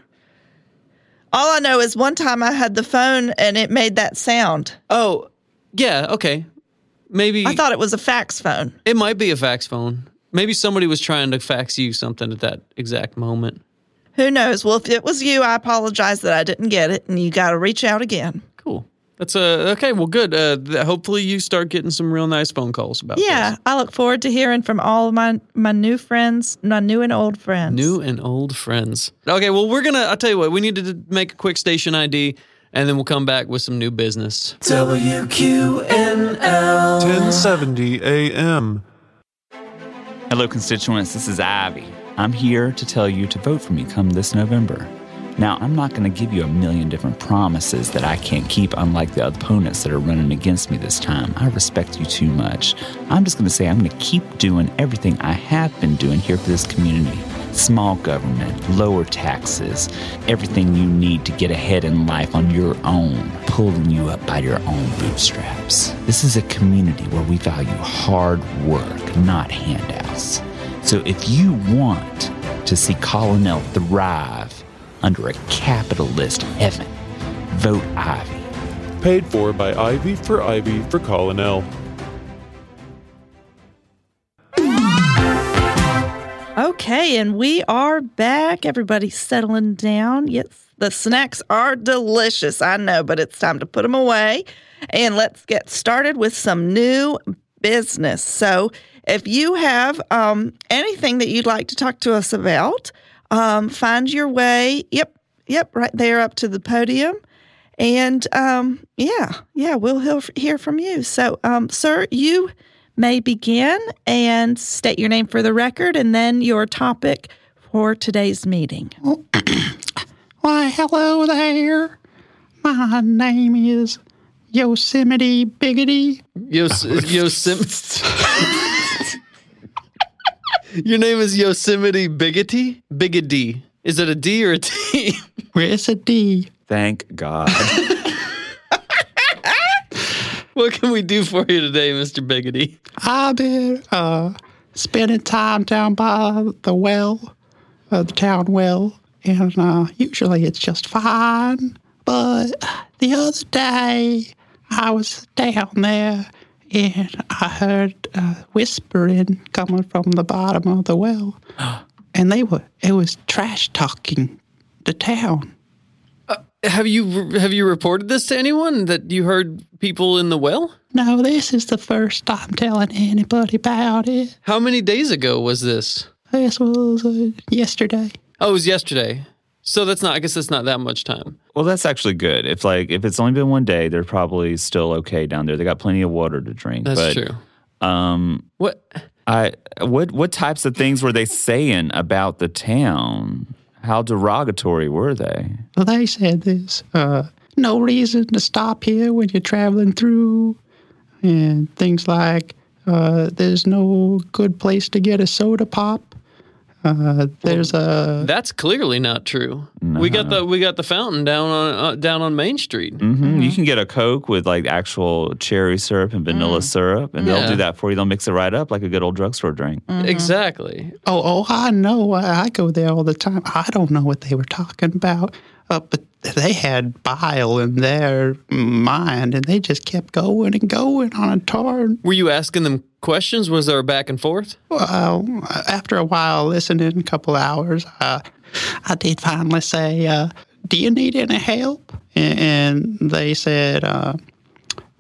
Speaker 2: All I know is one time I had the phone and it made that sound.
Speaker 3: Oh, yeah, okay. Maybe.
Speaker 2: I thought it was a fax phone.
Speaker 3: It might be a fax phone. Maybe somebody was trying to fax you something at that exact moment.
Speaker 2: Who knows? Well, if it was you, I apologize that I didn't get it, and you got to reach out again.
Speaker 3: Cool. That's uh, okay. Well, good. Uh, th- hopefully, you start getting some real nice phone calls about
Speaker 2: Yeah,
Speaker 3: this.
Speaker 2: I look forward to hearing from all of my my new friends, my new and old friends.
Speaker 3: New and old friends. Okay. Well, we're gonna. I'll tell you what. We need to d- make a quick station ID, and then we'll come back with some new business.
Speaker 1: 1070 AM.
Speaker 4: Hello, constituents. This is Ivy. I'm here to tell you to vote for me come this November. Now, I'm not going to give you a million different promises that I can't keep, unlike the opponents that are running against me this time. I respect you too much. I'm just going to say I'm going to keep doing everything I have been doing here for this community small government, lower taxes, everything you need to get ahead in life on your own, pulling you up by your own bootstraps. This is a community where we value hard work, not handouts. So if you want to see Colonel thrive under a capitalist heaven, vote Ivy.
Speaker 1: Paid for by Ivy for Ivy for Colin L.
Speaker 2: Okay, and we are back. Everybody's settling down. Yes, the snacks are delicious. I know, but it's time to put them away. And let's get started with some new business. So, if you have um, anything that you'd like to talk to us about, um, find your way. Yep, yep, right there up to the podium. And um, yeah, yeah, we'll hear, hear from you. So, um, sir, you may begin and state your name for the record and then your topic for today's meeting.
Speaker 5: Why, hello there. My name is Yosemite Biggity.
Speaker 3: Yos- Yosem. Your name is Yosemite Biggity? Biggity. Is it a D or a T?
Speaker 5: Where's a D?
Speaker 4: Thank God.
Speaker 3: what can we do for you today, Mr. Biggity?
Speaker 5: I've been uh, spending time down by the well, uh, the town well, and uh, usually it's just fine. But the other day, I was down there and I heard uh, whispering coming from the bottom of the well, and they were it was trash talking the town.
Speaker 3: Have you have you reported this to anyone that you heard people in the well?
Speaker 5: No, this is the first time telling anybody about it.
Speaker 3: How many days ago was this?
Speaker 5: This was uh, yesterday.
Speaker 3: Oh, it was yesterday. So that's not. I guess that's not that much time.
Speaker 4: well, that's actually good. If like if it's only been one day, they're probably still okay down there. They got plenty of water to drink.
Speaker 3: That's
Speaker 4: but,
Speaker 3: true.
Speaker 4: Um,
Speaker 3: What?
Speaker 4: I what what types of things were they saying about the town? How derogatory were they?
Speaker 5: They said this. Uh, no reason to stop here when you're traveling through, and things like uh, there's no good place to get a soda pop. Uh, there's a
Speaker 3: That's clearly not true. We got the we got the fountain down on uh, down on Main Street.
Speaker 4: hmm You can get a Coke with like actual cherry syrup and vanilla syrup, and they'll
Speaker 3: Yeah. Mm.
Speaker 4: do that for you. They'll mix it right up like a good old drugstore drink.
Speaker 3: Exactly.
Speaker 5: oh oh I know I I go there all the time. I don't know what they were talking about, uh, but they had bile in their mind, and they just kept going and going on a torn
Speaker 3: Were you asking them questions? Was there a back and forth?
Speaker 5: Well, uh, after a while listening, a couple hours, uh, I did finally say, uh, "Do you need any help?" And and they said, uh,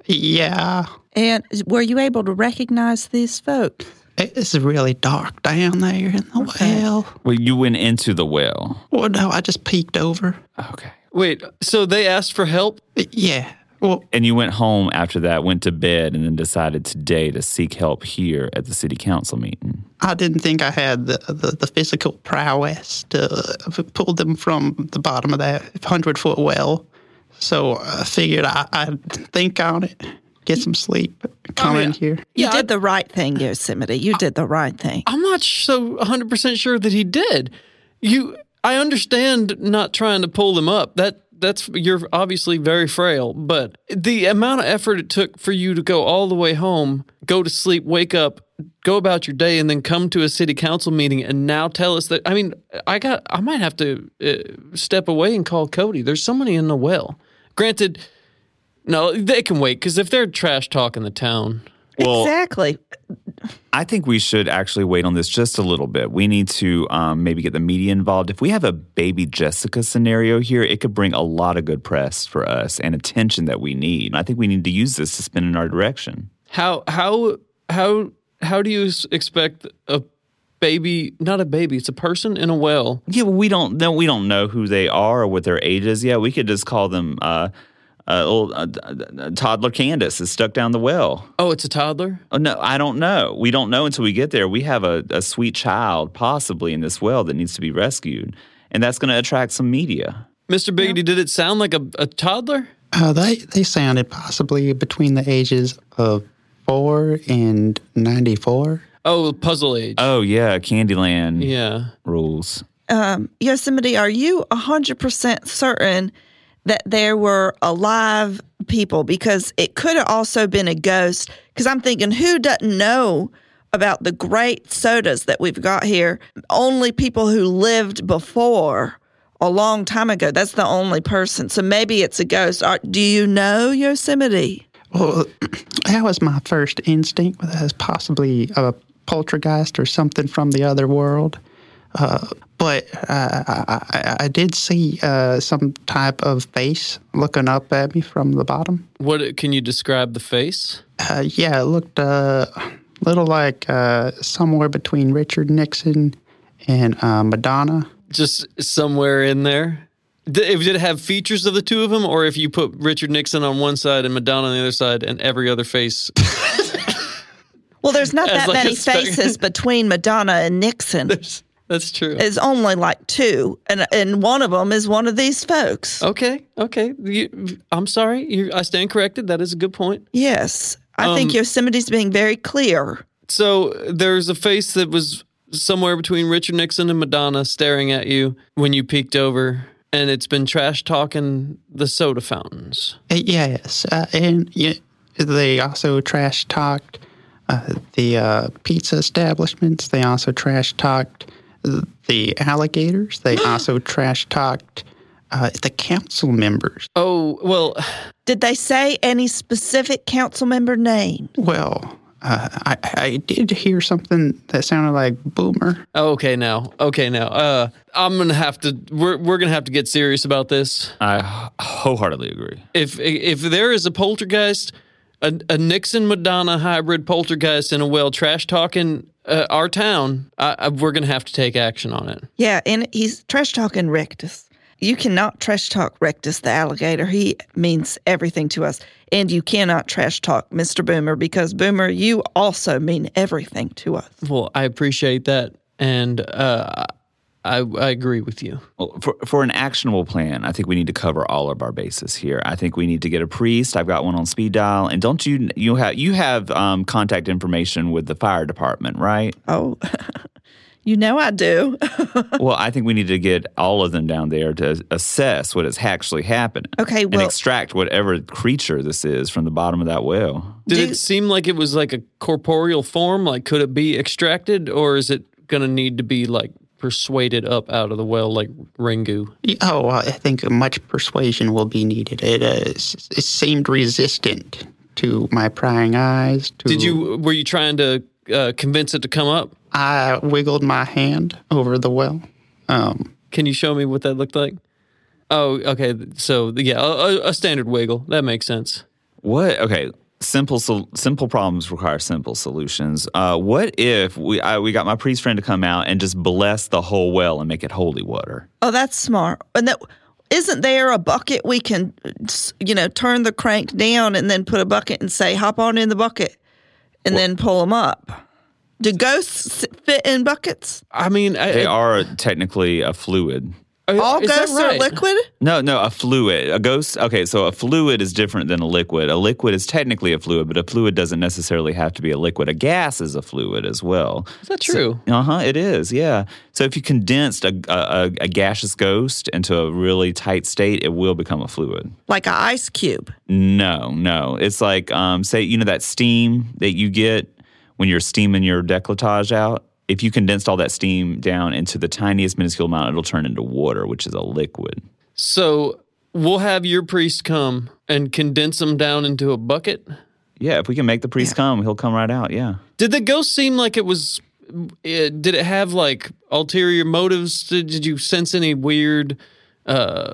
Speaker 5: "Yeah,
Speaker 2: And were you able to recognize these folks?
Speaker 5: it's really dark down there in the well."
Speaker 4: Well, you went into the well.
Speaker 5: Well, no, I just peeked over.
Speaker 4: Okay.
Speaker 3: Wait. So they asked for help.
Speaker 5: Yeah. Well,
Speaker 4: And you went home after that, went to bed, and then decided today to seek help here at the city council meeting.
Speaker 5: I didn't think I had the, the, the physical prowess to uh, pull them from the bottom of that 100 foot well. So I figured I, I'd think on it, get some sleep, come in here.
Speaker 2: You
Speaker 3: Yeah, I-
Speaker 2: did the right thing, Yosemite. You did the right thing.
Speaker 3: I'm not so 100% sure that he did. You I understand not trying to pull them up. That that's you're obviously very frail, but the amount of effort it took for you to go all the way home, go to sleep, wake up, go about your day and then come to a city council meeting and now tell us that I mean, I got I might have to uh, step away and call Cody. There's somebody in the well. Granted, no, they can wait cuz if they're trash talking the town,
Speaker 4: Well,
Speaker 2: exactly.
Speaker 4: I think we should actually wait on this just a little bit. We need to um, maybe get the media involved. If we have a baby Jessica scenario here, it could bring a lot of good press for us and attention that we need. And I think we need to use this to spin in our direction.
Speaker 3: How how how how do you s- expect a baby? Not a baby. It's a person in a well.
Speaker 4: Yeah, well, we don't know. We don't know who they are or what their age is yet. We could just call them uh, uh, old, uh, uh, toddler Candace is stuck down the well.
Speaker 3: Oh, it's a toddler.
Speaker 4: Oh, no, I don't know. We don't know until we get there. We have a, a sweet child possibly in this well that needs to be rescued, and that's going to attract some media.
Speaker 3: Mr. Biggity, did it sound like a, a toddler?
Speaker 5: Uh, they they sounded possibly between the ages of four and ninety four.
Speaker 3: Oh, puzzle age.
Speaker 4: Oh yeah, Candyland
Speaker 3: yeah.
Speaker 4: rules.
Speaker 2: Yosemite, are you 100% certain that there were alive people? Because it could have also been a ghost. Because I'm thinking, who doesn't know about the great sodas that we've got here? Only people who lived before a long time ago. That's the only person. So maybe it's a ghost. Are, do you know Yosemite?
Speaker 5: Well, that was my first instinct. was That was possibly a poltergeist or something from the other world. Uh, but uh, I, I, I did see uh, some type of face looking up at me from the bottom.
Speaker 3: What can you describe the face?
Speaker 5: Uh, yeah, it looked uh, a little like uh, somewhere between Richard Nixon and uh, Madonna.
Speaker 3: Just somewhere in there. Did, if- did it have features of the two of them, or if you put Richard Nixon on one side and Madonna on the other side, and every other face?
Speaker 2: Well, there's not
Speaker 3: As
Speaker 2: that
Speaker 3: like a
Speaker 2: many
Speaker 3: spec-
Speaker 2: faces between Madonna and Nixon.
Speaker 3: That's true.
Speaker 2: It's only like two, and and one of them is one of these folks.
Speaker 3: Okay, okay. You, I'm sorry. You, I stand corrected. That is a good point.
Speaker 2: Yes, I think Yosemite's being very clear.
Speaker 3: So there's a face that was somewhere between Richard Nixon and Madonna staring at you when you peeked over, and it's been trash talking the soda fountains.
Speaker 5: Uh, Yes, uh, and yeah, they also trash talked uh, the uh, pizza establishments. They also trash talked the alligators. They also trash talked uh, the council members.
Speaker 3: Oh well,
Speaker 2: Did they say any specific council member name?
Speaker 5: Well, uh, I, I did hear something that sounded like boomer.
Speaker 3: oh, okay now, okay now. Uh, I'm gonna have to. We're we're gonna have to get serious about this.
Speaker 4: I wholeheartedly agree.
Speaker 3: If if there is a poltergeist, a, a Nixon Madonna hybrid poltergeist in a well trash talking uh, our town, I, I, we're gonna have to take action on it.
Speaker 2: Yeah, and he's trash talking Rectus. You cannot trash talk Rectus the alligator. He means everything to us. And you cannot trash talk Mr. Boomer because Boomer, you also mean everything to us.
Speaker 3: Well, I appreciate that, and uh, I I agree with you.
Speaker 4: Well, For, for an actionable plan, I think we need to cover all of our bases here. I think we need to get a priest. I've got one on speed dial, and don't you you have you have um, contact information with the fire department, right?
Speaker 2: Oh, you know I do.
Speaker 4: well, I think we need to get all of them down there to assess what is actually happening.
Speaker 2: Okay, well-
Speaker 4: and extract whatever creature this is from the bottom of that well.
Speaker 3: Did
Speaker 2: Do-
Speaker 3: it seem like it was like a corporeal form? Like, could it be extracted, or is it gonna need to be like persuaded up out of the well, like Ringu?
Speaker 5: Oh, well, I think much persuasion will be needed. It, uh, s- it seemed resistant to my prying eyes. To,
Speaker 3: Did you were you trying to uh, convince it to come up?
Speaker 5: I wiggled my hand over the well. Um,
Speaker 3: Can you show me what that looked like? Oh, okay. So yeah, a, a- a standard wiggle. That makes sense.
Speaker 4: What? Okay. Simple sol- simple problems require simple solutions. Uh, what if we I, we got my priest friend to come out and just bless the whole well and make it holy water?
Speaker 2: Oh, that's smart. And that isn't there a bucket we can, you know, turn the crank down and then put a bucket and say, hop on in the bucket and then pull them up? Do ghosts fit in buckets?
Speaker 3: I mean, I,
Speaker 4: They are technically a fluid.
Speaker 2: All ghosts are liquid?
Speaker 4: No, no, a fluid. A ghost. Okay, so a fluid is different than a liquid. A liquid is technically a fluid, but a fluid doesn't necessarily have to be a liquid. A gas is a fluid as well.
Speaker 3: Is that true?
Speaker 4: Uh huh. It is. Yeah. So if you condensed a, a a- a gaseous ghost into a really tight state, it will become a fluid.
Speaker 2: Like an ice cube.
Speaker 4: No, no. It's like um, say you know that steam that you get when you're steaming your décolletage out. If you condensed all that steam down into the tiniest minuscule amount, it'll turn into water, which is a liquid.
Speaker 3: So we'll have your priest come and condense them down into a bucket.
Speaker 4: Yeah, if we can make the priest come, he'll come right out. Yeah.
Speaker 3: Did the ghost seem like it was? It, did it have like ulterior motives? Did, did you sense any weird, uh,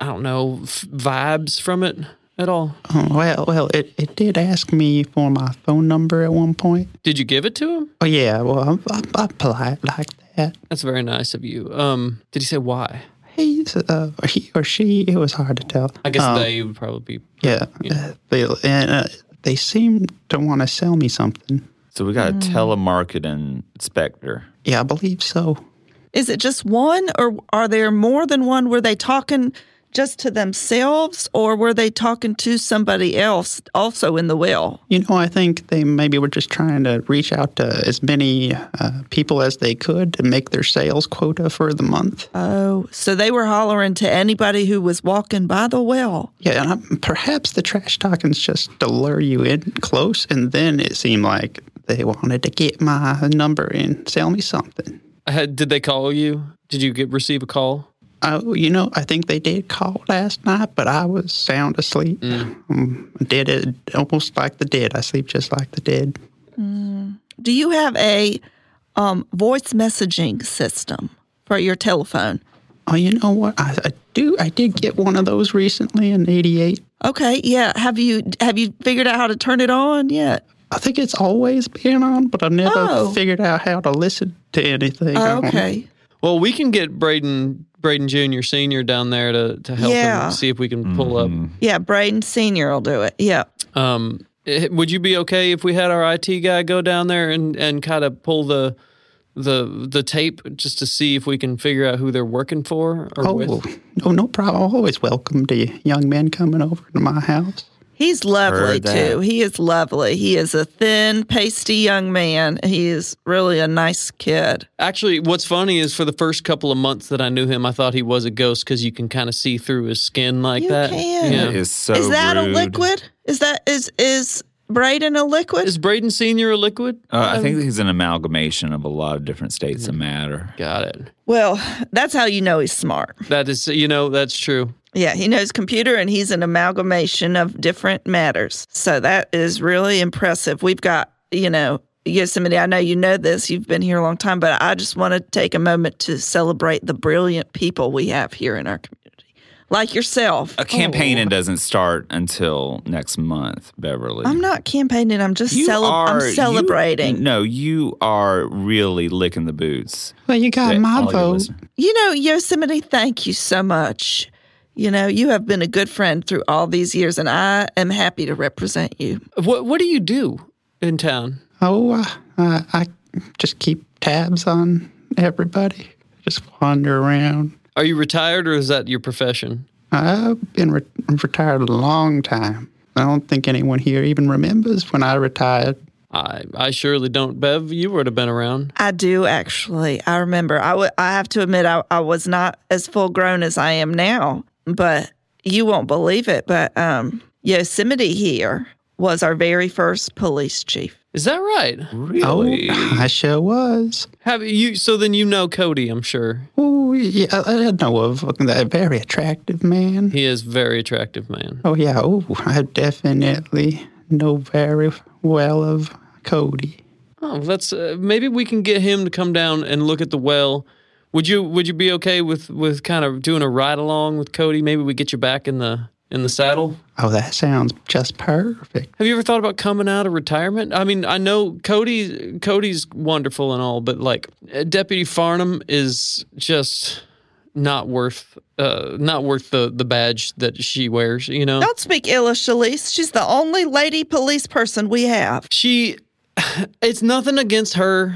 Speaker 3: I don't know, f- vibes from it at all?
Speaker 5: Oh, Well, well, it, it did ask me for my phone number at one point.
Speaker 3: Did you give it to him?
Speaker 5: Oh yeah, well, I'm, I'm, I'm polite like that.
Speaker 3: That's very nice of you. Um, did he say why?
Speaker 5: He's uh, he or she. It was hard to tell.
Speaker 3: I guess
Speaker 5: Um,
Speaker 3: they would probably be.
Speaker 5: Yeah, uh, they and, uh, they seem to want to sell me something.
Speaker 4: So we
Speaker 2: Mm.
Speaker 4: got a telemarketing specter.
Speaker 5: Yeah, I believe so.
Speaker 2: Is it just one, or are there more than one? Were they talking just to themselves, or were they talking to somebody else also in the well?
Speaker 5: You know, I think they maybe were just trying to reach out to as many uh, people as they could to make their sales quota for the month.
Speaker 2: Oh, so they were hollering to anybody who was walking by the well.
Speaker 5: Yeah, and i perhaps the trash talking's just to lure you in close, and then it seemed like they wanted to get my number and sell me something.
Speaker 3: Had, did they call you? Did you get receive a call?
Speaker 5: Oh, you know, I think they did call last night, but I was sound asleep. Mm. Dead, as- almost like the dead. I sleep just like the dead.
Speaker 2: Do you have a um, voice messaging system for your telephone?
Speaker 5: Oh, you know what? I, I do. I did get one of those recently in '88.
Speaker 2: Okay, yeah. Have you have you figured out how to turn it on yet?
Speaker 5: I think it's always been on, but I never
Speaker 2: Oh.
Speaker 5: figured out how to listen to anything. I
Speaker 2: Oh,
Speaker 5: don't-
Speaker 2: okay.
Speaker 3: Well, we can get Braden Braden Junior Senior down there to to help
Speaker 2: Yeah.
Speaker 3: him see if we can pull up.
Speaker 2: Yeah, Braden Senior will do it. Yeah.
Speaker 3: Um, eh, would you be okay if we had our IT guy go down there and, and kind of pull the the the tape just to see if we can figure out who they're working for or
Speaker 5: Oh,
Speaker 3: with?
Speaker 5: no, no problem. I'm always welcome to young men coming over to my house.
Speaker 2: He's lovely
Speaker 4: Heard that.
Speaker 2: too. He is lovely. He is a thin, pasty young man. He is really a nice kid.
Speaker 3: Actually, what's funny is for the first couple of months that I knew him, I thought he was a ghost because you can kind of see through his skin like
Speaker 2: You
Speaker 3: that.
Speaker 2: can.
Speaker 3: Yeah.
Speaker 4: That is so
Speaker 2: is that
Speaker 4: rude.
Speaker 2: a liquid? Is that is is Braden a liquid?
Speaker 3: Is Braden Senior a liquid?
Speaker 4: Uh, I
Speaker 2: Um,
Speaker 4: think he's an amalgamation of a lot of different states of matter.
Speaker 3: Got it.
Speaker 2: well, that's how you know he's smart.
Speaker 3: That is, you know, that's true.
Speaker 2: Yeah, he knows computer and he's an amalgamation of different matters. So that is really impressive. We've got, you know, Yosemite, I know you know this, you've been here a long time, but I just want to take a moment to celebrate the brilliant people we have here in our community, like yourself.
Speaker 4: A
Speaker 2: Oh.
Speaker 4: campaigning doesn't start until next month, Beverly.
Speaker 2: I'm not campaigning, I'm just
Speaker 4: You
Speaker 2: cele-
Speaker 4: are-
Speaker 2: I'm
Speaker 4: you-
Speaker 2: celebrating. You,
Speaker 4: no, you are really licking the boots.
Speaker 5: Well, you got
Speaker 4: that
Speaker 5: my
Speaker 4: all your
Speaker 5: vote.
Speaker 4: listeners-
Speaker 2: know, Yosemite, thank you so much. You know, you have been a good friend through all these years, and I am happy to represent you.
Speaker 3: What What do you do in town?
Speaker 5: Oh, uh, uh, I just keep tabs on everybody. Just wander around.
Speaker 3: Are you retired or is that your profession?
Speaker 5: I've been re- retired a long time. I don't think anyone here even remembers when I retired.
Speaker 3: I I surely don't. Bev, you would have been around.
Speaker 2: I do actually. I remember. I wa- I have to admit, I, I was not as full grown as I am now, but you won't believe it. But um, Yosemite here was our very first police chief.
Speaker 3: Is that right?
Speaker 4: Really?
Speaker 5: Oh, I sure was.
Speaker 3: Have you? So then you know Cody, I'm sure.
Speaker 5: Oh, yeah, I I know of that very attractive man.
Speaker 3: He is very attractive man.
Speaker 5: Oh yeah. Oh, I definitely know very well of Cody.
Speaker 3: Oh, that's uh, maybe we can get him to come down and look at the well. Would you Would you be okay with with kind of doing a ride along with Cody? Maybe we get you back in the in the saddle.
Speaker 5: Oh, that sounds just perfect.
Speaker 3: Have you ever thought about coming out of retirement? I mean, I know Cody Cody's wonderful and all, but like uh, Deputy Farnham is just not worth uh not worth the the badge that she wears. You know.
Speaker 2: Don't speak ill of Shalise. She's the only lady police person we have.
Speaker 3: she it's nothing against her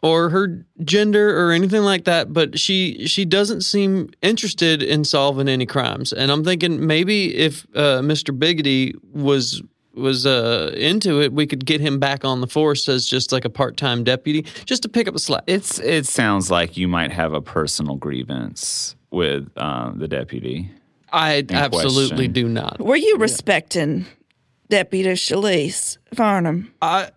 Speaker 3: or her gender or anything like that but she she doesn't seem interested in solving any crimes and i'm thinking maybe if uh, mr biggity was was uh, into it we could get him back on the force as just like a part-time deputy just to pick up a slack
Speaker 4: It's it sounds like you might have a personal grievance with um, the deputy.
Speaker 3: i absolutely
Speaker 4: question.
Speaker 3: do not
Speaker 2: Were you respecting Deputy Shalise Farnham?
Speaker 3: i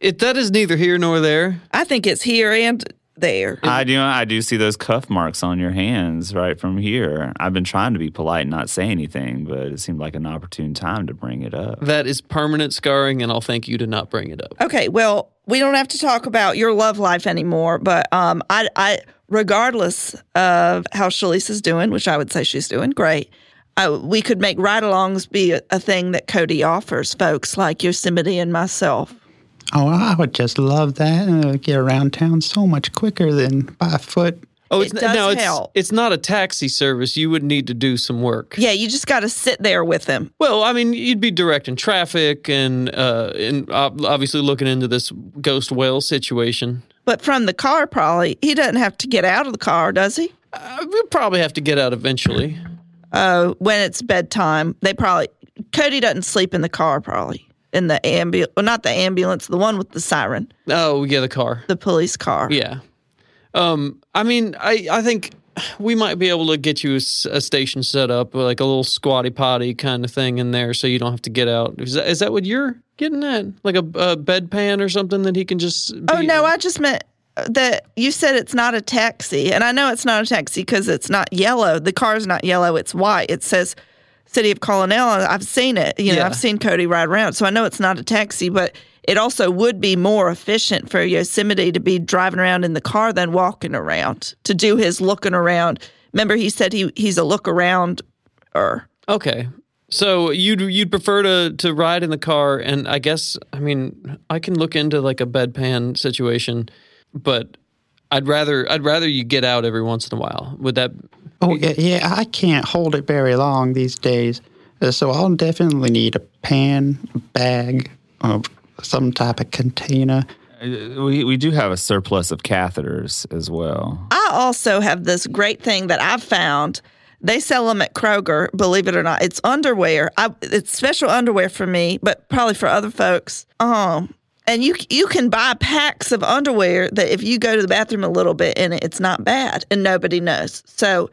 Speaker 3: if that is neither here nor there
Speaker 2: I think it's here and there.
Speaker 4: I do. I do see those cuff marks on your hands right from here. I've been trying to be polite and not say anything, but it seemed like an opportune time to bring it up.
Speaker 3: That is permanent scarring, and I'll thank you to not bring it up.
Speaker 2: Okay, well, we don't have to talk about your love life anymore, but um, I, I, regardless of how Shalise is doing, which I would say she's doing great, uh, we could make ride-alongs be a, a thing that Cody offers folks like Yosemite and myself.
Speaker 5: Oh, I would just love that. And it would get around town so much quicker than by foot.
Speaker 3: Oh,
Speaker 2: It does
Speaker 3: no, it's
Speaker 2: help.
Speaker 3: it's not a taxi service. You would need to do some work.
Speaker 2: Yeah, you just got to sit there with them.
Speaker 3: Well, I mean, you'd be directing traffic and uh, and ob- obviously looking into this ghost whale situation.
Speaker 2: But from the car, probably he doesn't have to get out of the car, does he?
Speaker 3: Uh, we'll probably have to get out eventually.
Speaker 2: Uh, when it's bedtime, they probably Cody doesn't sleep in the car, probably in the ambulance. Well, not the ambulance, the one with the siren,
Speaker 3: Oh, yeah, the car.
Speaker 2: the police car.
Speaker 3: Yeah. Um, I mean, I, I think we might be able to get you a, s- a station set up, like a little squatty potty kind of thing in there, so you don't have to get out. Is that, is that what you're getting at? Like a, a bedpan or something that he can just. Be
Speaker 2: Oh no, I just meant uh, that you said it's not a taxi, and I know it's not a taxi because it's not yellow. The car's not yellow; it's white. It says "City of Colonel." and I've seen it. You know,
Speaker 3: Yeah.
Speaker 2: I've seen Cody ride around, so I know it's not a taxi. But it also would be more efficient for Yosemite to be driving around in the car than walking around to do his looking around. Remember, he said he he's a look around. Or
Speaker 3: Okay. So you'd you'd prefer to to ride in the car, and I guess I mean I can look into like a bedpan situation, but I'd rather I'd rather you get out every once in a while. Would that?
Speaker 5: Oh, yeah, yeah, I can't hold it very long these days. Uh, So I'll definitely need a pan, a bag, of some type of container.
Speaker 4: Uh, We we do have a surplus of catheters as well.
Speaker 2: I also have this great thing that I've found. They sell them at Kroger, believe it or not. It's underwear. I, it's special underwear for me, but probably for other folks. Um, and you you can buy packs of underwear that if you go to the bathroom a little bit in it, it's not bad, and nobody knows. So,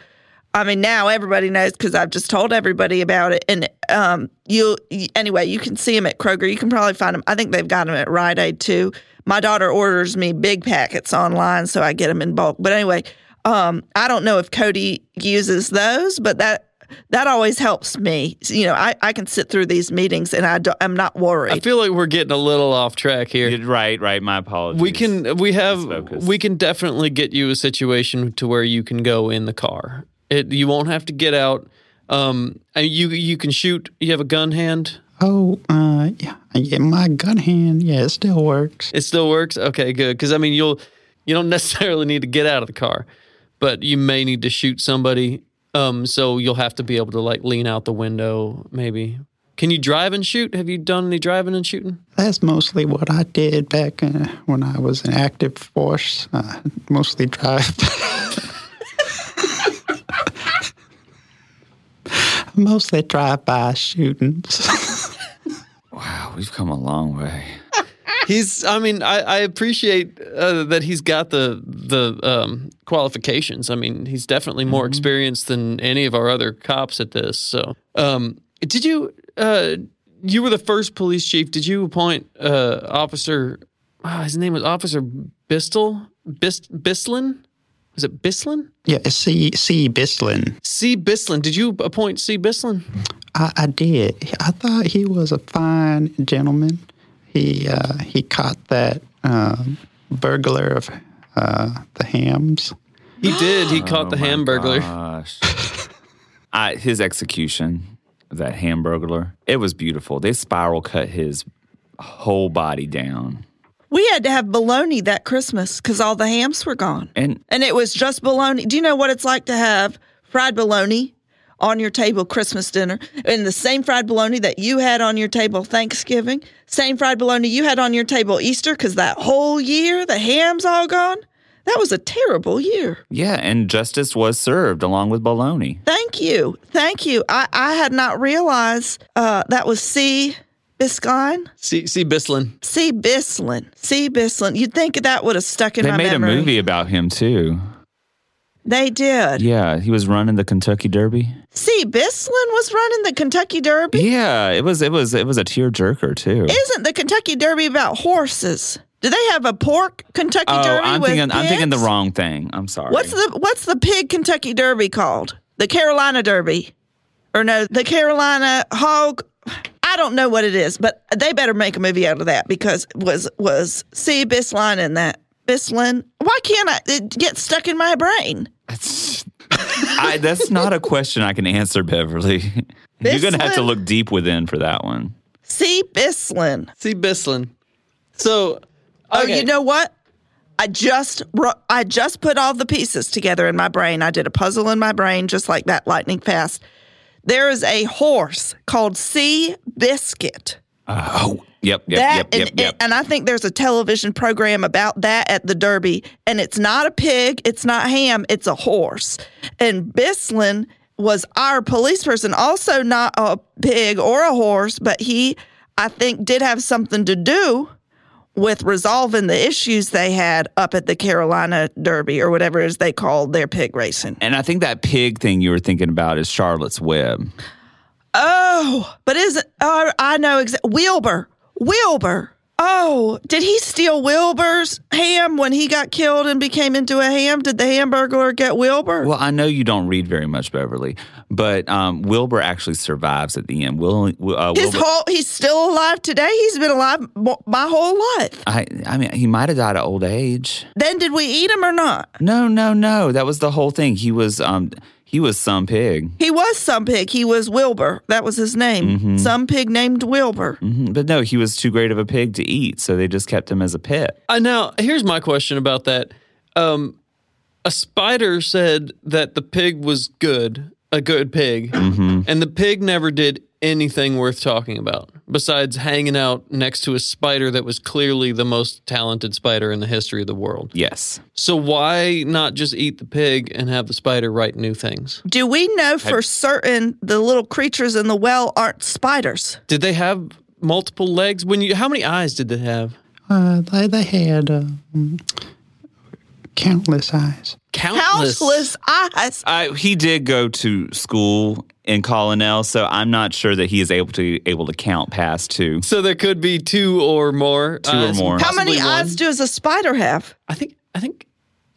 Speaker 2: I mean, now everybody knows because I've just told everybody about it. And um, you anyway, you can see them at Kroger. You can probably find them. I think they've got them at Rite Aid too. My daughter orders me big packets online, so I get them in bulk. But anyway, um, I don't know if Cody uses those, but that that always helps me. You know, I, I can sit through these meetings and I don't, I'm not
Speaker 3: I
Speaker 2: worried.
Speaker 3: feel like we're getting a little off track here.
Speaker 4: You're Right, right. My apologies.
Speaker 3: We can we have
Speaker 4: focus.
Speaker 3: we can definitely get you a situation to where you can go in the car. It you won't have to get out. Um, and you you can shoot. You have a gun hand.
Speaker 5: Oh, uh, yeah, yeah, my gun hand. Yeah, it still works.
Speaker 3: It still works. Okay, good. Because I mean, you'll you don't necessarily need to get out of the car, but you may need to shoot somebody. Um, so you'll have to be able to like lean out the window. Maybe can you drive and shoot? Have you done any driving and shooting?
Speaker 5: That's mostly what I did back uh, when I was an active force, uh, mostly drive. mostly drive by shootings.
Speaker 4: Wow, Oh, we've come a long way.
Speaker 3: he's i mean i, I appreciate uh, that he's got the the um, qualifications i mean he's definitely more experienced than any of our other cops at this so um, did you uh, you were the first police chief did you appoint uh, officer ah, his name was officer bistel Bist, bislin was it bislin
Speaker 5: yeah, C. C. Bislin.
Speaker 3: c bislin did you appoint c bislin
Speaker 5: I, I did. I thought he was a fine gentleman. He uh, he caught that um burglar of uh, the hams.
Speaker 3: he did he caught the hamburglar
Speaker 4: Gosh. I, his execution, of that hamburglar, it was beautiful. They spiral cut his whole body down.
Speaker 2: We had to have bologna that Christmas because all the hams were gone.
Speaker 4: And
Speaker 2: and it was just bologna. Do you know what it's like to have fried bologna on your table Christmas dinner? And the same fried bologna that you had on your table Thanksgiving, same fried bologna you had on your table Easter, because that whole year the ham's all gone. That was a terrible year.
Speaker 4: yeah, and justice was served along with baloney.
Speaker 2: Thank you. Thank you. I, I had not realized uh, that was C. Biscline?
Speaker 3: c c bislin
Speaker 2: C. Bislin. C. Bislin. You'd think that would have stuck in
Speaker 4: They
Speaker 2: my
Speaker 4: made
Speaker 2: memory.
Speaker 4: a movie about him too.
Speaker 2: They did.
Speaker 4: Yeah, he was running the Kentucky Derby.
Speaker 2: C. Bislin was running the Kentucky Derby.
Speaker 4: Yeah, it was it was it was a tearjerker too.
Speaker 2: isn't the Kentucky Derby about horses? Do they have a pork Kentucky
Speaker 4: Oh,
Speaker 2: Derby?
Speaker 4: I'm
Speaker 2: with
Speaker 4: thinking I'm thinking the
Speaker 2: pigs?
Speaker 4: wrong thing. I'm sorry.
Speaker 2: What's the What's the pig Kentucky Derby called? The Carolina Derby, or no, the Carolina Hog? I don't know what it is, but they better make a movie out of that because was was see Bislin in that Bislin? Why can't I? It gets stuck in my brain.
Speaker 4: That's, I, that's not a question I can answer, Beverly. You're going to have to
Speaker 2: Bislin.
Speaker 4: look deep within for that one.
Speaker 2: See Bislin.
Speaker 3: See Bislin. So,
Speaker 2: Oh,
Speaker 3: okay.
Speaker 2: you know what? I just ru- I just put all the pieces together in my brain. I did a puzzle in my brain just like that lightning fast. There is a horse called Sea Biscuit.
Speaker 4: Oh, yep, yep,
Speaker 2: that
Speaker 4: yep, yep,
Speaker 2: and, um,
Speaker 4: yep.
Speaker 2: and I think there's a television program about that at the Derby. And it's not a pig, it's not ham, it's a horse. And Bislin was our police person, also not a pig or a horse, but he, I think, did have something to do with resolving the issues they had up at the Carolina Derby or whatever it is they called their pig racing.
Speaker 4: and I think that pig thing you were thinking about is Charlotte's Web.
Speaker 2: Oh, but isn't oh, I know exactly Wilbur. Wilbur. Oh, did he steal Wilbur's ham when he got killed and became into a ham? Did the hamburglar get Wilbur?
Speaker 4: Well, I know you don't read very much, Beverly, but um, Wilbur actually survives at the end. Will, uh,
Speaker 2: His
Speaker 4: Wilbur,
Speaker 2: whole he's still alive today. He's been alive mo- my whole life.
Speaker 4: I, I mean, he might have died of old age.
Speaker 2: Then did we eat him or not?
Speaker 4: No, no, no. That was the whole thing. He was, um, he was some pig.
Speaker 2: He was some pig. He was Wilbur. That was his name.
Speaker 4: Mm-hmm.
Speaker 2: Some pig named Wilbur.
Speaker 4: Mhm. But no, he was too great of a pig to eat, so they just kept him as a pet.
Speaker 3: Uh, now, here's my question about that. Um, a spider said that the pig was good, a good pig,
Speaker 4: Mm-hmm.
Speaker 3: and the pig never did anything worth talking about besides hanging out next to a spider that was clearly the most talented spider in the history of the world.
Speaker 4: Yes.
Speaker 3: So why not just eat the pig and have the spider write new things?
Speaker 2: Do we know for certain the little creatures in the well aren't spiders?
Speaker 3: Did they have multiple legs? When you how many eyes did they have?
Speaker 5: Uh, they, they had uh, mm, countless eyes.
Speaker 3: Countless.
Speaker 2: Countless eyes.
Speaker 4: I, he did go to school in Colonel, so I'm not sure that he is able to able to count past two.
Speaker 3: So there could be two or more. Two
Speaker 4: or more.
Speaker 2: How many eyes
Speaker 3: eyes?
Speaker 2: does a spider have?
Speaker 3: I think I think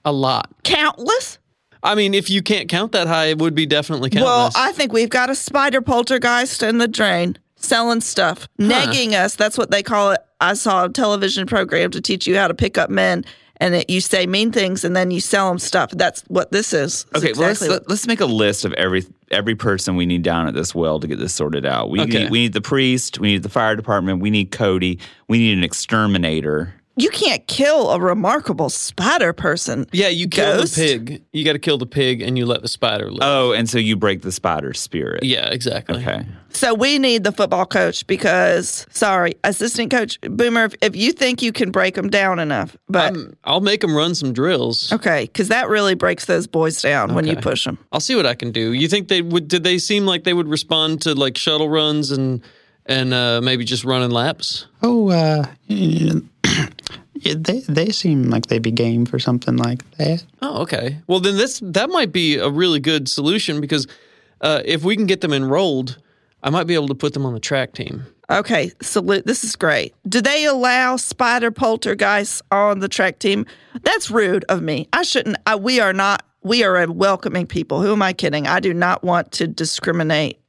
Speaker 3: a lot.
Speaker 2: Countless.
Speaker 3: I mean, if you can't count that high, it would be definitely countless.
Speaker 2: Well, I think we've got a spider poltergeist in the drain selling stuff, negging us. That's what they call it. I saw a television program to teach you how to pick up men, and it, you say mean things and then you sell them stuff. That's what this is. It's
Speaker 4: Okay, well, let's,
Speaker 2: exactly what-
Speaker 4: let, let's make a list of every every person we need down at this well to get this sorted out. We
Speaker 3: Okay.
Speaker 4: need, we need the priest, we need the fire department, we need Cody, we need an exterminator.
Speaker 2: you can't kill a remarkable spider person.
Speaker 3: yeah, you kill
Speaker 2: Ghost?
Speaker 3: the pig. You got to kill the pig, and you let the spider live.
Speaker 4: Oh, and so you break the spider spirit.
Speaker 3: yeah, exactly.
Speaker 4: Okay.
Speaker 2: So we need the football coach because, sorry, assistant coach Boomer, if, if you think you can break them down enough, but
Speaker 3: Um, I'll make them run some drills.
Speaker 2: Okay, because that really breaks those boys down when you
Speaker 3: Okay.
Speaker 2: push them.
Speaker 3: I'll see what I can do. You think they would? Did they seem like they would respond to like shuttle runs and and uh, maybe just running laps?
Speaker 5: Oh, uh, yeah, they they seem like they'd be game for something like that.
Speaker 3: Oh, okay. Well, then this that might be a really good solution because uh, if we can get them enrolled, I might be able to put them on the track team.
Speaker 2: Okay, salute. This is great. Do they allow spider poltergeists on the track team? That's rude of me. I shouldn't. I, we are not. We are a welcoming people. Who am I kidding? I do not want to discriminate.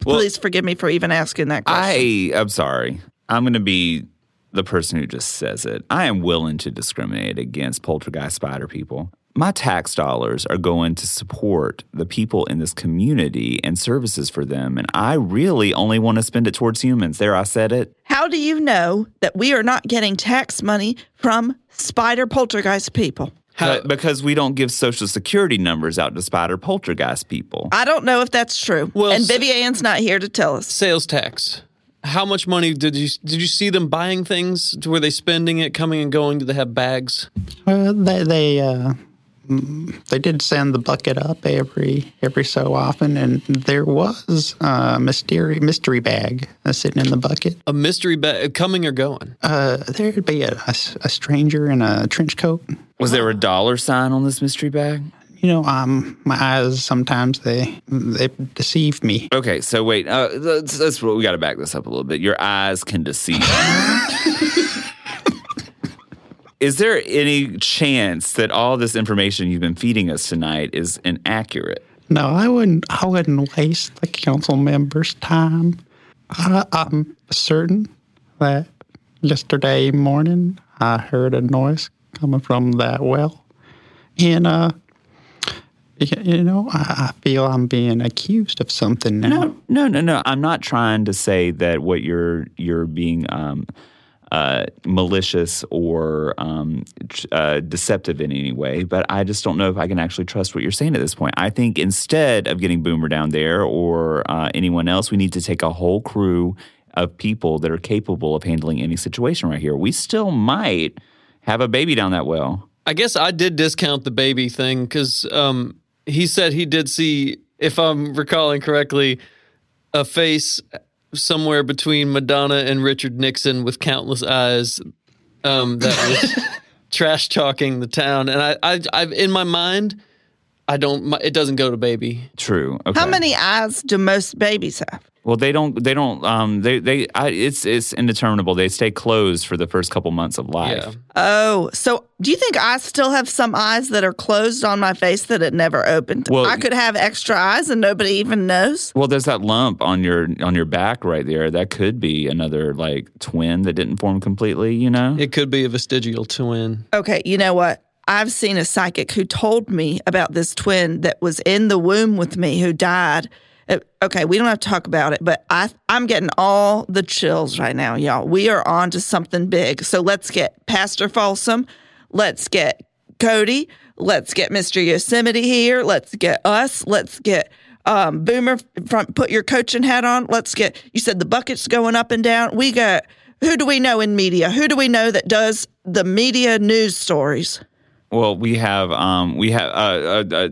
Speaker 2: Please forgive me for even asking that question.
Speaker 4: I I'm sorry. I'm going to be the person who just says it. I am willing to discriminate against poltergeist spider people. My tax dollars are going to support the people in this community and services for them, and I really only want to spend it towards humans. There, I said it.
Speaker 2: How do you know that we are not getting tax money from spider poltergeist people?
Speaker 3: How-
Speaker 4: But because we don't give social security numbers out to spider poltergeist people.
Speaker 2: I don't know if that's true.
Speaker 3: Well,
Speaker 2: and
Speaker 3: s-
Speaker 2: Vivian's not here to tell us.
Speaker 3: sales tax. How much money did you did you see them buying things? Were they spending it, coming and going? Do they have bags?
Speaker 5: Uh, they they uh, mm, they did send the bucket up every every so often, and there was a mystery mystery bag uh, sitting in the bucket.
Speaker 3: A mystery bag, coming or going?
Speaker 5: Uh, there'd be a, a s- a stranger in a trench coat.
Speaker 4: Was there a dollar sign on this mystery bag?
Speaker 5: You know, um, my eyes sometimes they they deceive me.
Speaker 4: Okay, so wait. Uh, that's, that's what we got to back this up a little bit. Your eyes can deceive. Is there any chance that all this information you've been feeding us tonight is inaccurate?
Speaker 5: No, I wouldn't. I wouldn't waste the council members' time. I, I'm certain that yesterday morning I heard a noise coming from that well, and uh, y- you know, I, I feel I'm being accused of something now.
Speaker 4: No, no, no, no. I'm not trying to say that what you're you're being um, uh, malicious or um, tr- uh, deceptive in any way, but I just don't know if I can actually trust what you're saying at this point. I think instead of getting Boomer down there or uh, anyone else, we need to take a whole crew of people that are capable of handling any situation right here. We still might have a baby down that well.
Speaker 3: I guess I did discount the baby thing because um, he said he did see, if I'm recalling correctly, a face somewhere between Madonna and Richard Nixon with countless eyes um, that was trash talking the town. And I, I, I, in my mind, I don't. my- It doesn't go to baby.
Speaker 4: True. Okay.
Speaker 2: How many eyes do most babies have?
Speaker 4: Well, they don't. They don't. Um. They. They. I, it's. It's indeterminable. They stay closed for the first couple months of life.
Speaker 3: Yeah.
Speaker 2: Oh, so do you think I still have some eyes that are closed on my face that it never opened?
Speaker 4: Well,
Speaker 2: I could have extra eyes and nobody even knows.
Speaker 4: Well, there's that lump on your on your back right there. That could be another like twin that didn't form completely. You know.
Speaker 3: It could be a vestigial twin.
Speaker 2: Okay, you know what? I've seen a psychic who told me about this twin that was in the womb with me who died. Uh, Okay, we don't have to talk about it, but I I'm getting all the chills right now, y'all. We are on to something big. So let's get Pastor Folsom, let's get Cody, let's get Mr. Yosemite here, let's get us, let's get um, Boomer from put your coaching hat on. Let's get you said the bucket's going up and down. We got who do we know in media? Who do we know that does the media news stories?
Speaker 4: Well, we have um we have uh, uh, uh,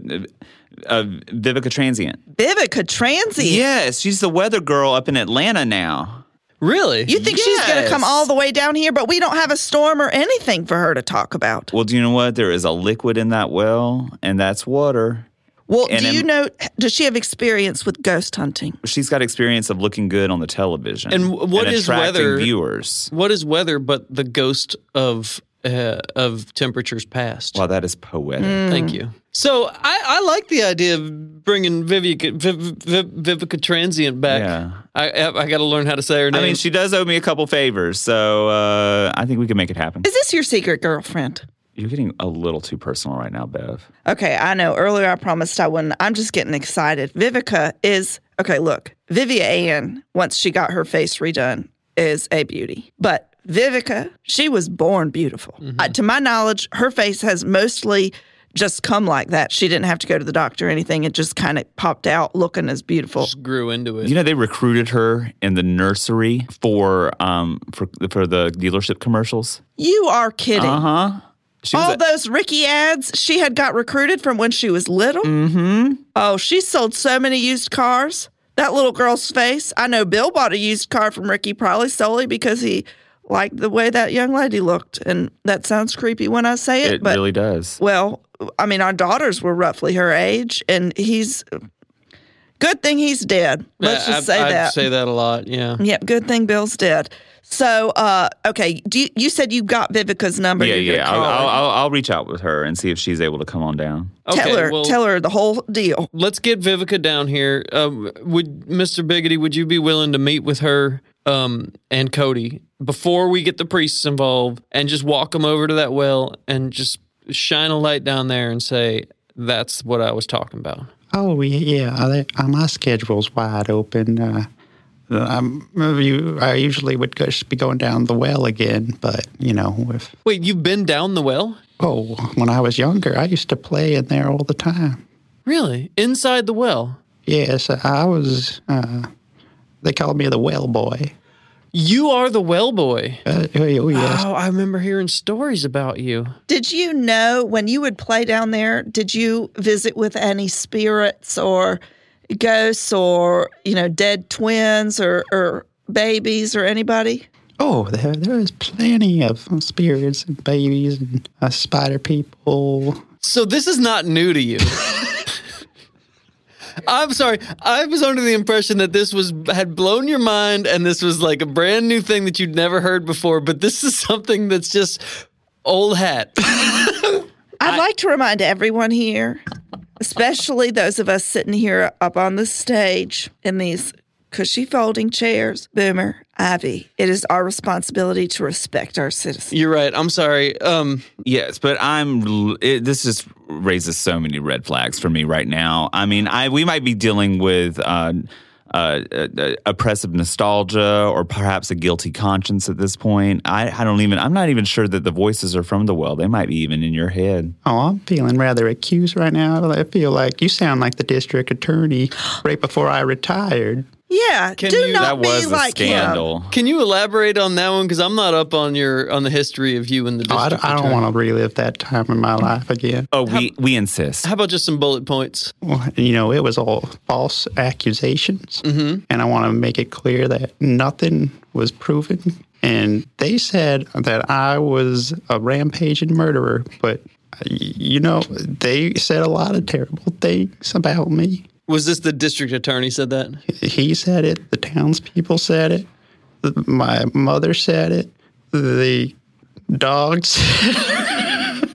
Speaker 4: uh Vivica Transient.
Speaker 2: Vivica Transient.
Speaker 4: Yes, she's the weather girl up in Atlanta now.
Speaker 3: Really?
Speaker 2: You think she's going to come
Speaker 4: Yes.
Speaker 2: all the way down here, but we don't have a storm or anything for her to talk about.
Speaker 4: Well, do you know what? There is a liquid in that well, and that's water.
Speaker 2: Well,
Speaker 4: And
Speaker 2: do you
Speaker 4: I'm-
Speaker 2: know? Does she have experience with ghost hunting?
Speaker 4: She's got experience of looking good on the television
Speaker 3: And wh- what
Speaker 4: and
Speaker 3: is
Speaker 4: attracting
Speaker 3: weather-
Speaker 4: viewers.
Speaker 3: What is weather but the ghost of uh, of temperatures past?
Speaker 4: Wow, that is poetic.
Speaker 2: Mm.
Speaker 3: Thank you. So I, I like the idea of bringing Vivica, Viv, Viv, Vivica Transient back.
Speaker 4: Yeah.
Speaker 3: I I, got to learn how to say her name.
Speaker 4: I mean, she does owe me a couple favors, so uh, I think we can make it happen.
Speaker 2: Is this your secret girlfriend?
Speaker 4: You're getting a little too personal right now, Bev.
Speaker 2: Okay, I know. Earlier I promised I wouldn't. I'm just getting excited. Vivica is okay, look, Vivian, once she got her face redone, is a beauty. But Vivica, she was born beautiful. Uh, to my knowledge, her face has mostly just come like that. She didn't have to go to the doctor or anything. It just kind of popped out looking as beautiful.
Speaker 3: just grew into it.
Speaker 4: You know, they recruited her in the nursery for um for for the dealership commercials.
Speaker 2: You are kidding.
Speaker 4: Uh huh. She was
Speaker 2: All
Speaker 4: a-
Speaker 2: those Ricky ads she had got recruited from when she was little. Mm-hmm. Oh, she sold so many used cars. That little girl's face. I know Bill bought a used car from Ricky probably solely because he liked the way that young lady looked. And that sounds creepy when I say it,
Speaker 4: it
Speaker 2: but
Speaker 4: really does.
Speaker 2: well, I mean, our daughters were roughly her age, and he's good thing he's dead. Let's
Speaker 3: I,
Speaker 2: just say
Speaker 3: I, I
Speaker 2: that.
Speaker 3: say that a lot. Yeah.
Speaker 2: Yep, good thing Bill's dead. So, uh, okay, do you, you said you got Vivica's number?
Speaker 4: yeah,
Speaker 2: You're gonna
Speaker 4: yeah. I'll,
Speaker 2: call her.
Speaker 4: I'll, I'll I'll reach out with her and see if she's able to come on down.
Speaker 3: Okay.
Speaker 2: tell her,
Speaker 3: well,
Speaker 2: tell her the whole deal.
Speaker 3: Let's get Vivica down here. Um, would Mr. Biggity? Would you be willing to meet with her um, and Cody before we get the priests involved and just walk them over to that well and just shine a light down there and say that's what I was talking about.
Speaker 5: Oh yeah, yeah. They, uh, my schedule's wide open. Uh, um, you, I usually would go, be going down the well again, but you know, if
Speaker 3: Wait, you've been down the well?
Speaker 5: oh, when I was younger, I used to play in there all the time.
Speaker 3: Really? Inside the well?
Speaker 5: Yes, I was. Uh, they called me the well boy.
Speaker 3: You are the well boy.
Speaker 5: Uh, oh yes,
Speaker 3: Oh, I remember hearing stories about you.
Speaker 2: Did you know when you would play down there, did you visit with any spirits or ghosts or, you know, dead twins or, or babies or anybody?
Speaker 5: Oh, there, there is plenty of spirits and babies and uh, spider people.
Speaker 3: So this is not new to you. I'm sorry. I was under the impression that this was had blown your mind and this was like a brand new thing that you'd never heard before, but this is something that's just old hat.
Speaker 2: I'd like to remind everyone here, especially those of us sitting here up on the stage in these cushy folding chairs, Boomer, Ivy, it is our responsibility to respect our citizens.
Speaker 3: You're right. I'm sorry. Um,
Speaker 4: Yes, but I'm. l- It, this just raises so many red flags for me right now. I mean, I we might be dealing with uh, uh, uh, oppressive nostalgia or perhaps a guilty conscience at this point. I, I don't even. I'm not even sure that the voices are from the well. They might be even in your head.
Speaker 5: Oh, I'm feeling rather accused right now. I feel like you sound like the district attorney right before I retired.
Speaker 2: Yeah,
Speaker 3: Can
Speaker 2: do
Speaker 3: you-
Speaker 2: not
Speaker 4: That was
Speaker 2: be
Speaker 4: a
Speaker 2: like him.
Speaker 4: scandal.
Speaker 3: can you elaborate on that one? Because I'm not up on your on the history of you and the
Speaker 5: Oh, I
Speaker 3: district.
Speaker 5: don't, I don't
Speaker 3: attorney.
Speaker 5: want to relive that time in my life again.
Speaker 4: Oh, we we insist.
Speaker 3: How about just some bullet points?
Speaker 5: Well, you know, it was all false accusations. Mm-hmm. And I want to make it clear that nothing was proven. And they said that I was a rampaging murderer, but y- you know, they said a lot of terrible things about me.
Speaker 3: Was this the district attorney said that?
Speaker 5: He said it, the townspeople said it, th- my mother said it, the dogs.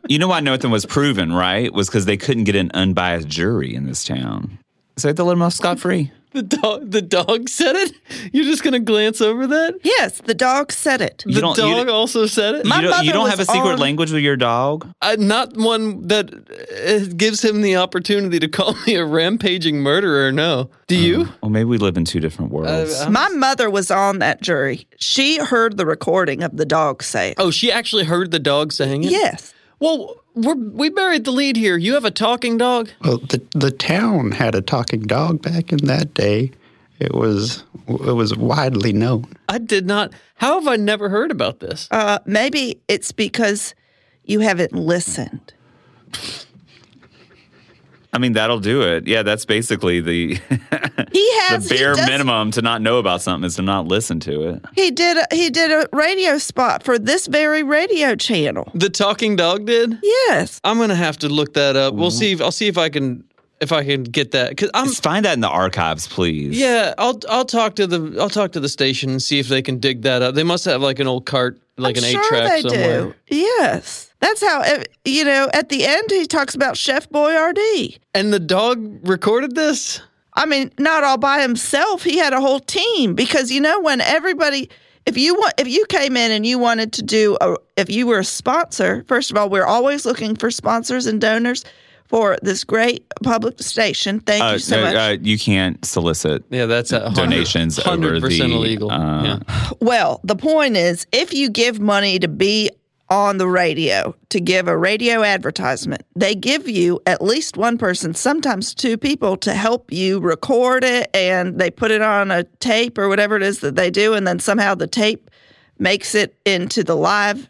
Speaker 4: You know why nothing was proven, right? Was because they couldn't get an unbiased jury in this town. So they had to let them off scot free.
Speaker 3: The dog. The dog said it. You're just gonna glance over that.
Speaker 2: Yes, the dog said it.
Speaker 4: You
Speaker 3: The
Speaker 4: don't-
Speaker 3: dog
Speaker 4: you don't-
Speaker 3: also said it.
Speaker 2: My
Speaker 4: You don't,
Speaker 2: mother
Speaker 4: you don't
Speaker 2: was
Speaker 4: have a secret
Speaker 2: on-
Speaker 4: language with your dog.
Speaker 3: I, not one that uh, gives him the opportunity to call me a rampaging murderer. No. Do
Speaker 2: Mm.
Speaker 3: you?
Speaker 4: Well, maybe we live in two different worlds.
Speaker 2: My mother was on that jury. She heard the recording of the dog say it.
Speaker 3: Oh, she actually heard the dog saying it.
Speaker 2: Yes.
Speaker 3: Well, we're, we buried the lead here. You have a talking dog.
Speaker 5: Well, the the town had a talking dog back in that day. It was it was widely known.
Speaker 3: I did not. How have I never heard about this?
Speaker 2: Uh, maybe it's because you haven't listened.
Speaker 4: I mean, that'll do it. Yeah, that's basically the
Speaker 2: He has
Speaker 4: the bare
Speaker 2: he does-
Speaker 4: minimum to not know about something is to not listen to it.
Speaker 2: He did. A, he did a radio spot for this very radio channel.
Speaker 3: The talking dog did.
Speaker 2: Yes.
Speaker 3: I'm gonna have to look that up.
Speaker 2: Mm-hmm.
Speaker 3: We'll see. If, I'll see if I can if I can get that. Cause I'm.
Speaker 4: Find that in the archives, please.
Speaker 3: Um, Yeah, I'll I'll talk to the I'll talk to the station and see if they can dig that up. They must have like an old cart, like
Speaker 2: I'm
Speaker 3: an
Speaker 2: sure
Speaker 3: eight track
Speaker 2: they
Speaker 3: somewhere.
Speaker 2: do. Yes. That's how it- you know. At the end, he talks about Chef Boyardee.
Speaker 3: And the dog recorded this.
Speaker 2: I mean, not all by himself. He had a whole team because you know when everybody. If you want, if you came in and you wanted to do, a, if you were a sponsor, first of all, we're always looking for sponsors and donors for this great public station. Thank
Speaker 4: Uh,
Speaker 2: you so
Speaker 4: no,
Speaker 2: much.
Speaker 4: uh, you can't solicit
Speaker 3: Yeah, that's a hundred-
Speaker 4: donations over
Speaker 3: 100%
Speaker 4: the
Speaker 3: illegal.
Speaker 4: uh,
Speaker 3: yeah.
Speaker 2: Well, the point is if you give money to be on the radio, to give a radio advertisement, they give you at least one person, sometimes two people, to help you record it and they put it on a tape or whatever it is that they do. And then somehow the tape makes it into the live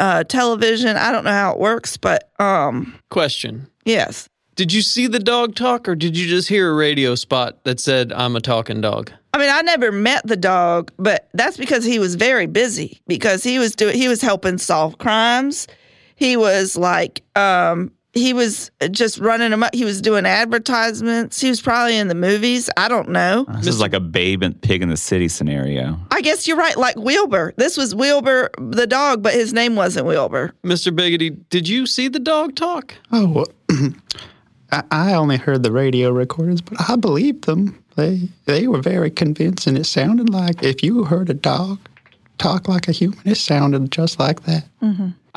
Speaker 2: uh, television. I don't know how it works, but um,
Speaker 3: Question:
Speaker 2: yes.
Speaker 3: Did you see the dog talk, or did you just hear a radio spot that said "I'm a talking dog"?
Speaker 2: I mean, I never met the dog, but that's because he was very busy because he was doing he was helping solve crimes. He was like um he was just running them up. He was doing advertisements. He was probably in the movies. I don't know.
Speaker 4: This is like a babe and pig in the city scenario.
Speaker 2: I guess you're right. Like Wilbur. This was Wilbur the dog, but his name wasn't Wilbur.
Speaker 3: Mister Biggity, did you see the dog talk?
Speaker 5: Oh, I, I only heard the radio recordings, but I believed them. They they were very convincing. It sounded like if you heard a dog talk like a human, it sounded just like that.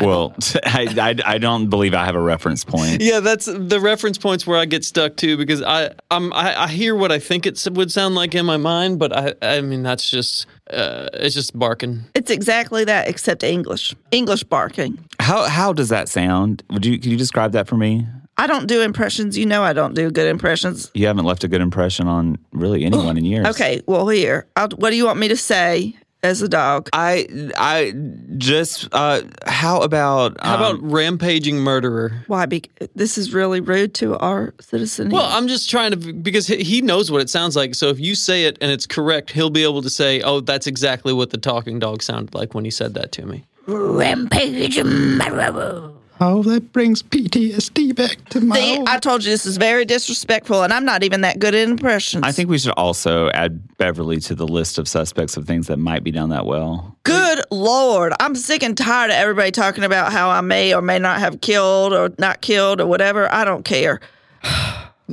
Speaker 4: Well, I, I, I don't believe I have a reference point.
Speaker 3: Yeah, that's the reference points where I get stuck too because I I'm, I, I hear what I think it s- would sound like in my mind, but I I mean that's just uh, it's just barking.
Speaker 2: It's exactly that, except English. English barking.
Speaker 4: How how does that sound? Would you can you describe that for me?
Speaker 2: I don't do impressions. You know, I don't do good impressions.
Speaker 4: You haven't left a good impression on really anyone in years.
Speaker 2: Okay, well, here. I'll, what do you want me to say as a dog?
Speaker 4: I I just uh how about
Speaker 3: How
Speaker 4: um,
Speaker 3: about rampaging murderer?
Speaker 2: Why? Be- this is really rude to our citizen.
Speaker 3: Well, I'm just trying to because he- he knows what it sounds like. So if you say it and it's correct, he'll be able to say, "Oh, that's exactly what the talking dog sounded like when he said that to me."
Speaker 6: Rampage murderer.
Speaker 5: Oh, that brings PTSD back to my.
Speaker 2: See,
Speaker 5: old-
Speaker 2: I told you this is very disrespectful, and I'm not even that good at impressions.
Speaker 4: I think we should also add Beverly to the list of suspects of things that might be done that well.
Speaker 2: Good Lord. I'm sick and tired of everybody talking about how I may or may not have killed or not killed or whatever. I don't care.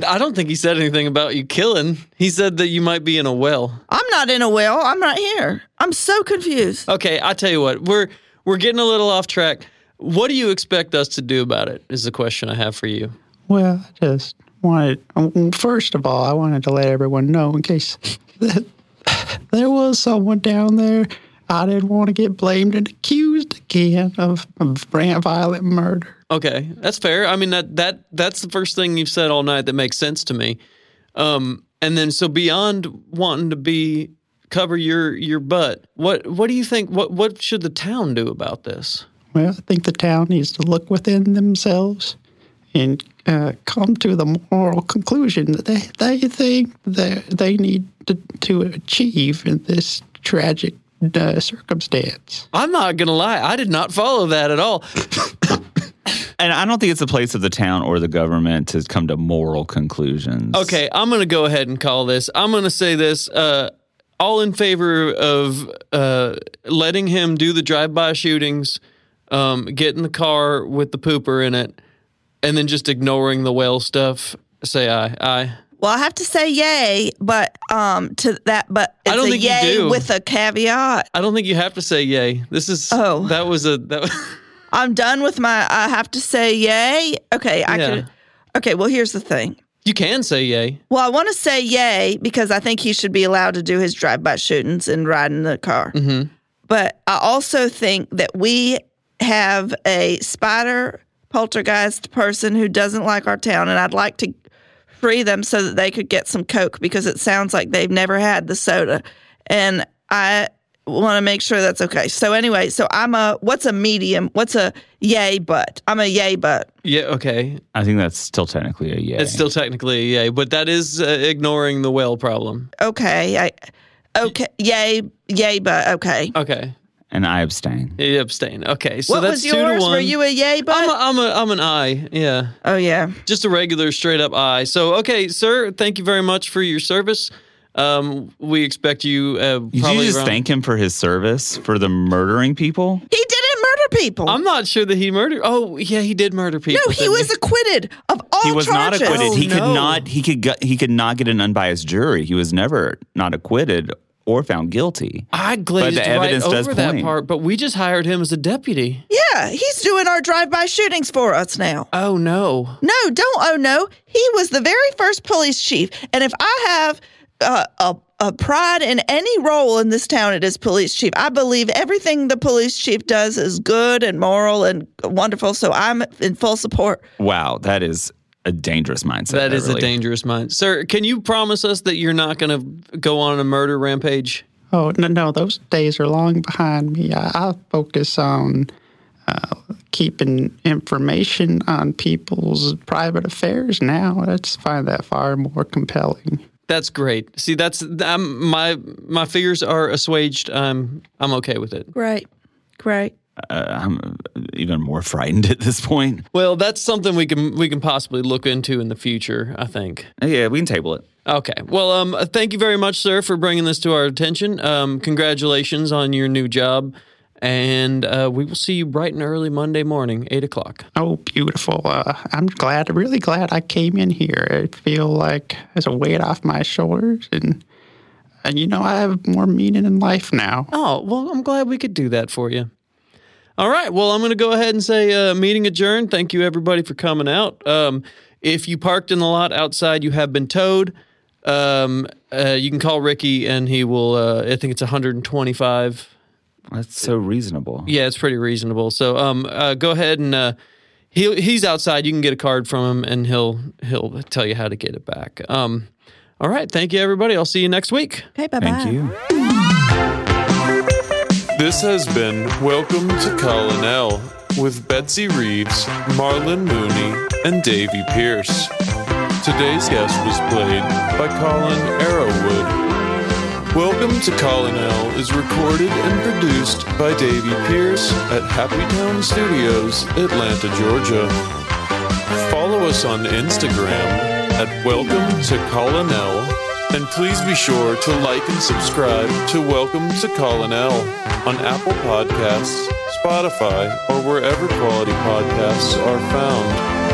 Speaker 3: I don't think he said anything about you killing. He said that you might be in a well.
Speaker 2: I'm not in a well. I'm not here. I'm so confused.
Speaker 3: Okay, I tell you what, we're we're getting a little off track. What do you expect us to do about it? Is the question I have for you.
Speaker 5: Well, I just wanted, um, first of all, I wanted to let everyone know in case that there was someone down there. I didn't want to get blamed and accused again of, of brand violent murder.
Speaker 3: Okay, that's fair. I mean that that that's the first thing you've said all night that makes sense to me. Um, and then so beyond wanting to be cover your your butt, what what do you think? What what should the town do about this?
Speaker 5: Well, I think the town needs to look within themselves and uh, come to the moral conclusion that they, they think that they need to, to achieve in this tragic uh, circumstance.
Speaker 3: I'm not gonna lie, I did not follow that at all.
Speaker 4: And I don't think it's the place of the town or the government to come to moral conclusions.
Speaker 3: Okay, I'm going to go ahead and call this. I'm going to say this. Uh, all in favor of uh, letting him do the drive-by shootings, um, get in the car with the pooper in it, and then just ignoring the whale stuff. Say aye, aye.
Speaker 2: Well, I have to say yay, but um to that but it's
Speaker 3: I don't
Speaker 2: a
Speaker 3: think you
Speaker 2: yay
Speaker 3: do.
Speaker 2: with a caveat.
Speaker 3: I don't think you have to say yay. This is
Speaker 2: Oh.
Speaker 3: that was a that.
Speaker 2: I'm done with my I have to say yay. Okay, I
Speaker 3: Yeah.
Speaker 2: could Okay, well here's the thing.
Speaker 3: you can say yay.
Speaker 2: Well, I want to say yay because I think he should be allowed to do his drive-by shootings and ride in the car. But I also think that we have a spider poltergeist person who doesn't like our town, and I'd like to free them so that they could get some coke because it sounds like they've never had the soda, and I want to make sure that's okay. So anyway, so I'm a what's a medium? What's a yay butt? I'm a yay butt.
Speaker 3: Yeah, okay.
Speaker 4: I think that's still technically a yay.
Speaker 3: It's still technically a yay, but that is uh, ignoring the whale problem.
Speaker 2: Okay, I okay yay yay butt. Okay.
Speaker 3: Okay,
Speaker 4: and I abstain.
Speaker 3: you abstain. Okay, so
Speaker 2: what
Speaker 3: that's
Speaker 2: was
Speaker 3: two to
Speaker 2: yours?
Speaker 3: one.
Speaker 2: Were you a yay butt?
Speaker 3: I'm a, I'm a I'm an aye. Yeah.
Speaker 2: oh yeah.
Speaker 3: just a regular straight up eye. So, okay, sir, thank you very much for your service. Um, we expect you. Uh,
Speaker 4: Did
Speaker 3: probably
Speaker 4: you just
Speaker 3: around-
Speaker 4: thank him for his service for the murdering people?
Speaker 2: He didn't murder people.
Speaker 3: I'm not sure that he murdered. Oh, yeah, he did murder people.
Speaker 2: no, he
Speaker 3: didn't
Speaker 2: was acquitted of all
Speaker 4: He was
Speaker 2: charges.
Speaker 4: not acquitted.
Speaker 3: Oh,
Speaker 4: he could
Speaker 3: no.
Speaker 4: not. He could. Get, he could not get an unbiased jury. He was never not acquitted or found guilty.
Speaker 3: I glazed
Speaker 4: But the
Speaker 3: right
Speaker 4: evidence
Speaker 3: over
Speaker 4: does
Speaker 3: that
Speaker 4: point.
Speaker 3: part, but we just hired him as a deputy.
Speaker 2: Oh, Yeah, he's doing our drive-by shootings for us now.
Speaker 3: Oh no!
Speaker 2: No, don't. Oh no, he was the very first police chief, and if I have uh, a a pride in any role in this town, it is police chief. I believe everything the police chief does is good and moral and wonderful. So I'm in full support.
Speaker 4: Wow, that is a dangerous mindset.
Speaker 3: That is a
Speaker 4: Beverly.
Speaker 3: dangerous mind, sir. Can you promise us that you're not going to go on a murder rampage?
Speaker 5: Oh, no, no, those days are long behind me. I, I focus on uh, keeping information on people's private affairs now. I just find that far more compelling.
Speaker 3: That's great. See, that's I'm, my my fears are assuaged. I'm I'm okay with it.
Speaker 2: Great, great.
Speaker 4: Uh, I'm even more frightened at this point.
Speaker 3: Well, that's something we can we can possibly look into in the future. I think.
Speaker 4: Yeah, we can table it.
Speaker 3: Okay. Well, um, thank you very much, sir, for bringing this to our attention. Um, congratulations on your new job. And uh, we will see you bright and early Monday morning, 8 o'clock.
Speaker 5: Oh, beautiful. Uh, I'm glad, really glad I came in here. I feel like there's a weight off my shoulders and. And you know, I have more meaning in life now.
Speaker 3: Oh, well, I'm glad we could do that for you. All right. Well, I'm going to go ahead and say uh, meeting adjourned. Thank you, everybody, for coming out. Um, if you parked in the lot outside, you have been towed. Um, uh, you can call Ricky and he will, uh, I think it's 125.
Speaker 4: That's so reasonable.
Speaker 3: Yeah, it's pretty reasonable. So um, uh, go ahead and uh, he he's outside. You can get a card from him, and he'll he'll tell you how to get it back. Um, all right, thank you everybody. I'll see you next week.
Speaker 2: Okay, bye bye.
Speaker 4: Thank you.
Speaker 1: This has been Welcome to Colonel with Betsy Reeves, Marlon Mooney, and Davy Pierce. Today's guest was played by Colin Arrowwood. Welcome to Colin L is recorded and produced by Davey Pierce at Happy Town Studios, Atlanta, Georgia. Follow us on Instagram at Welcome to Colin L, and please be sure to like and subscribe to Welcome to Colin L on Apple Podcasts, Spotify, or wherever quality podcasts are found.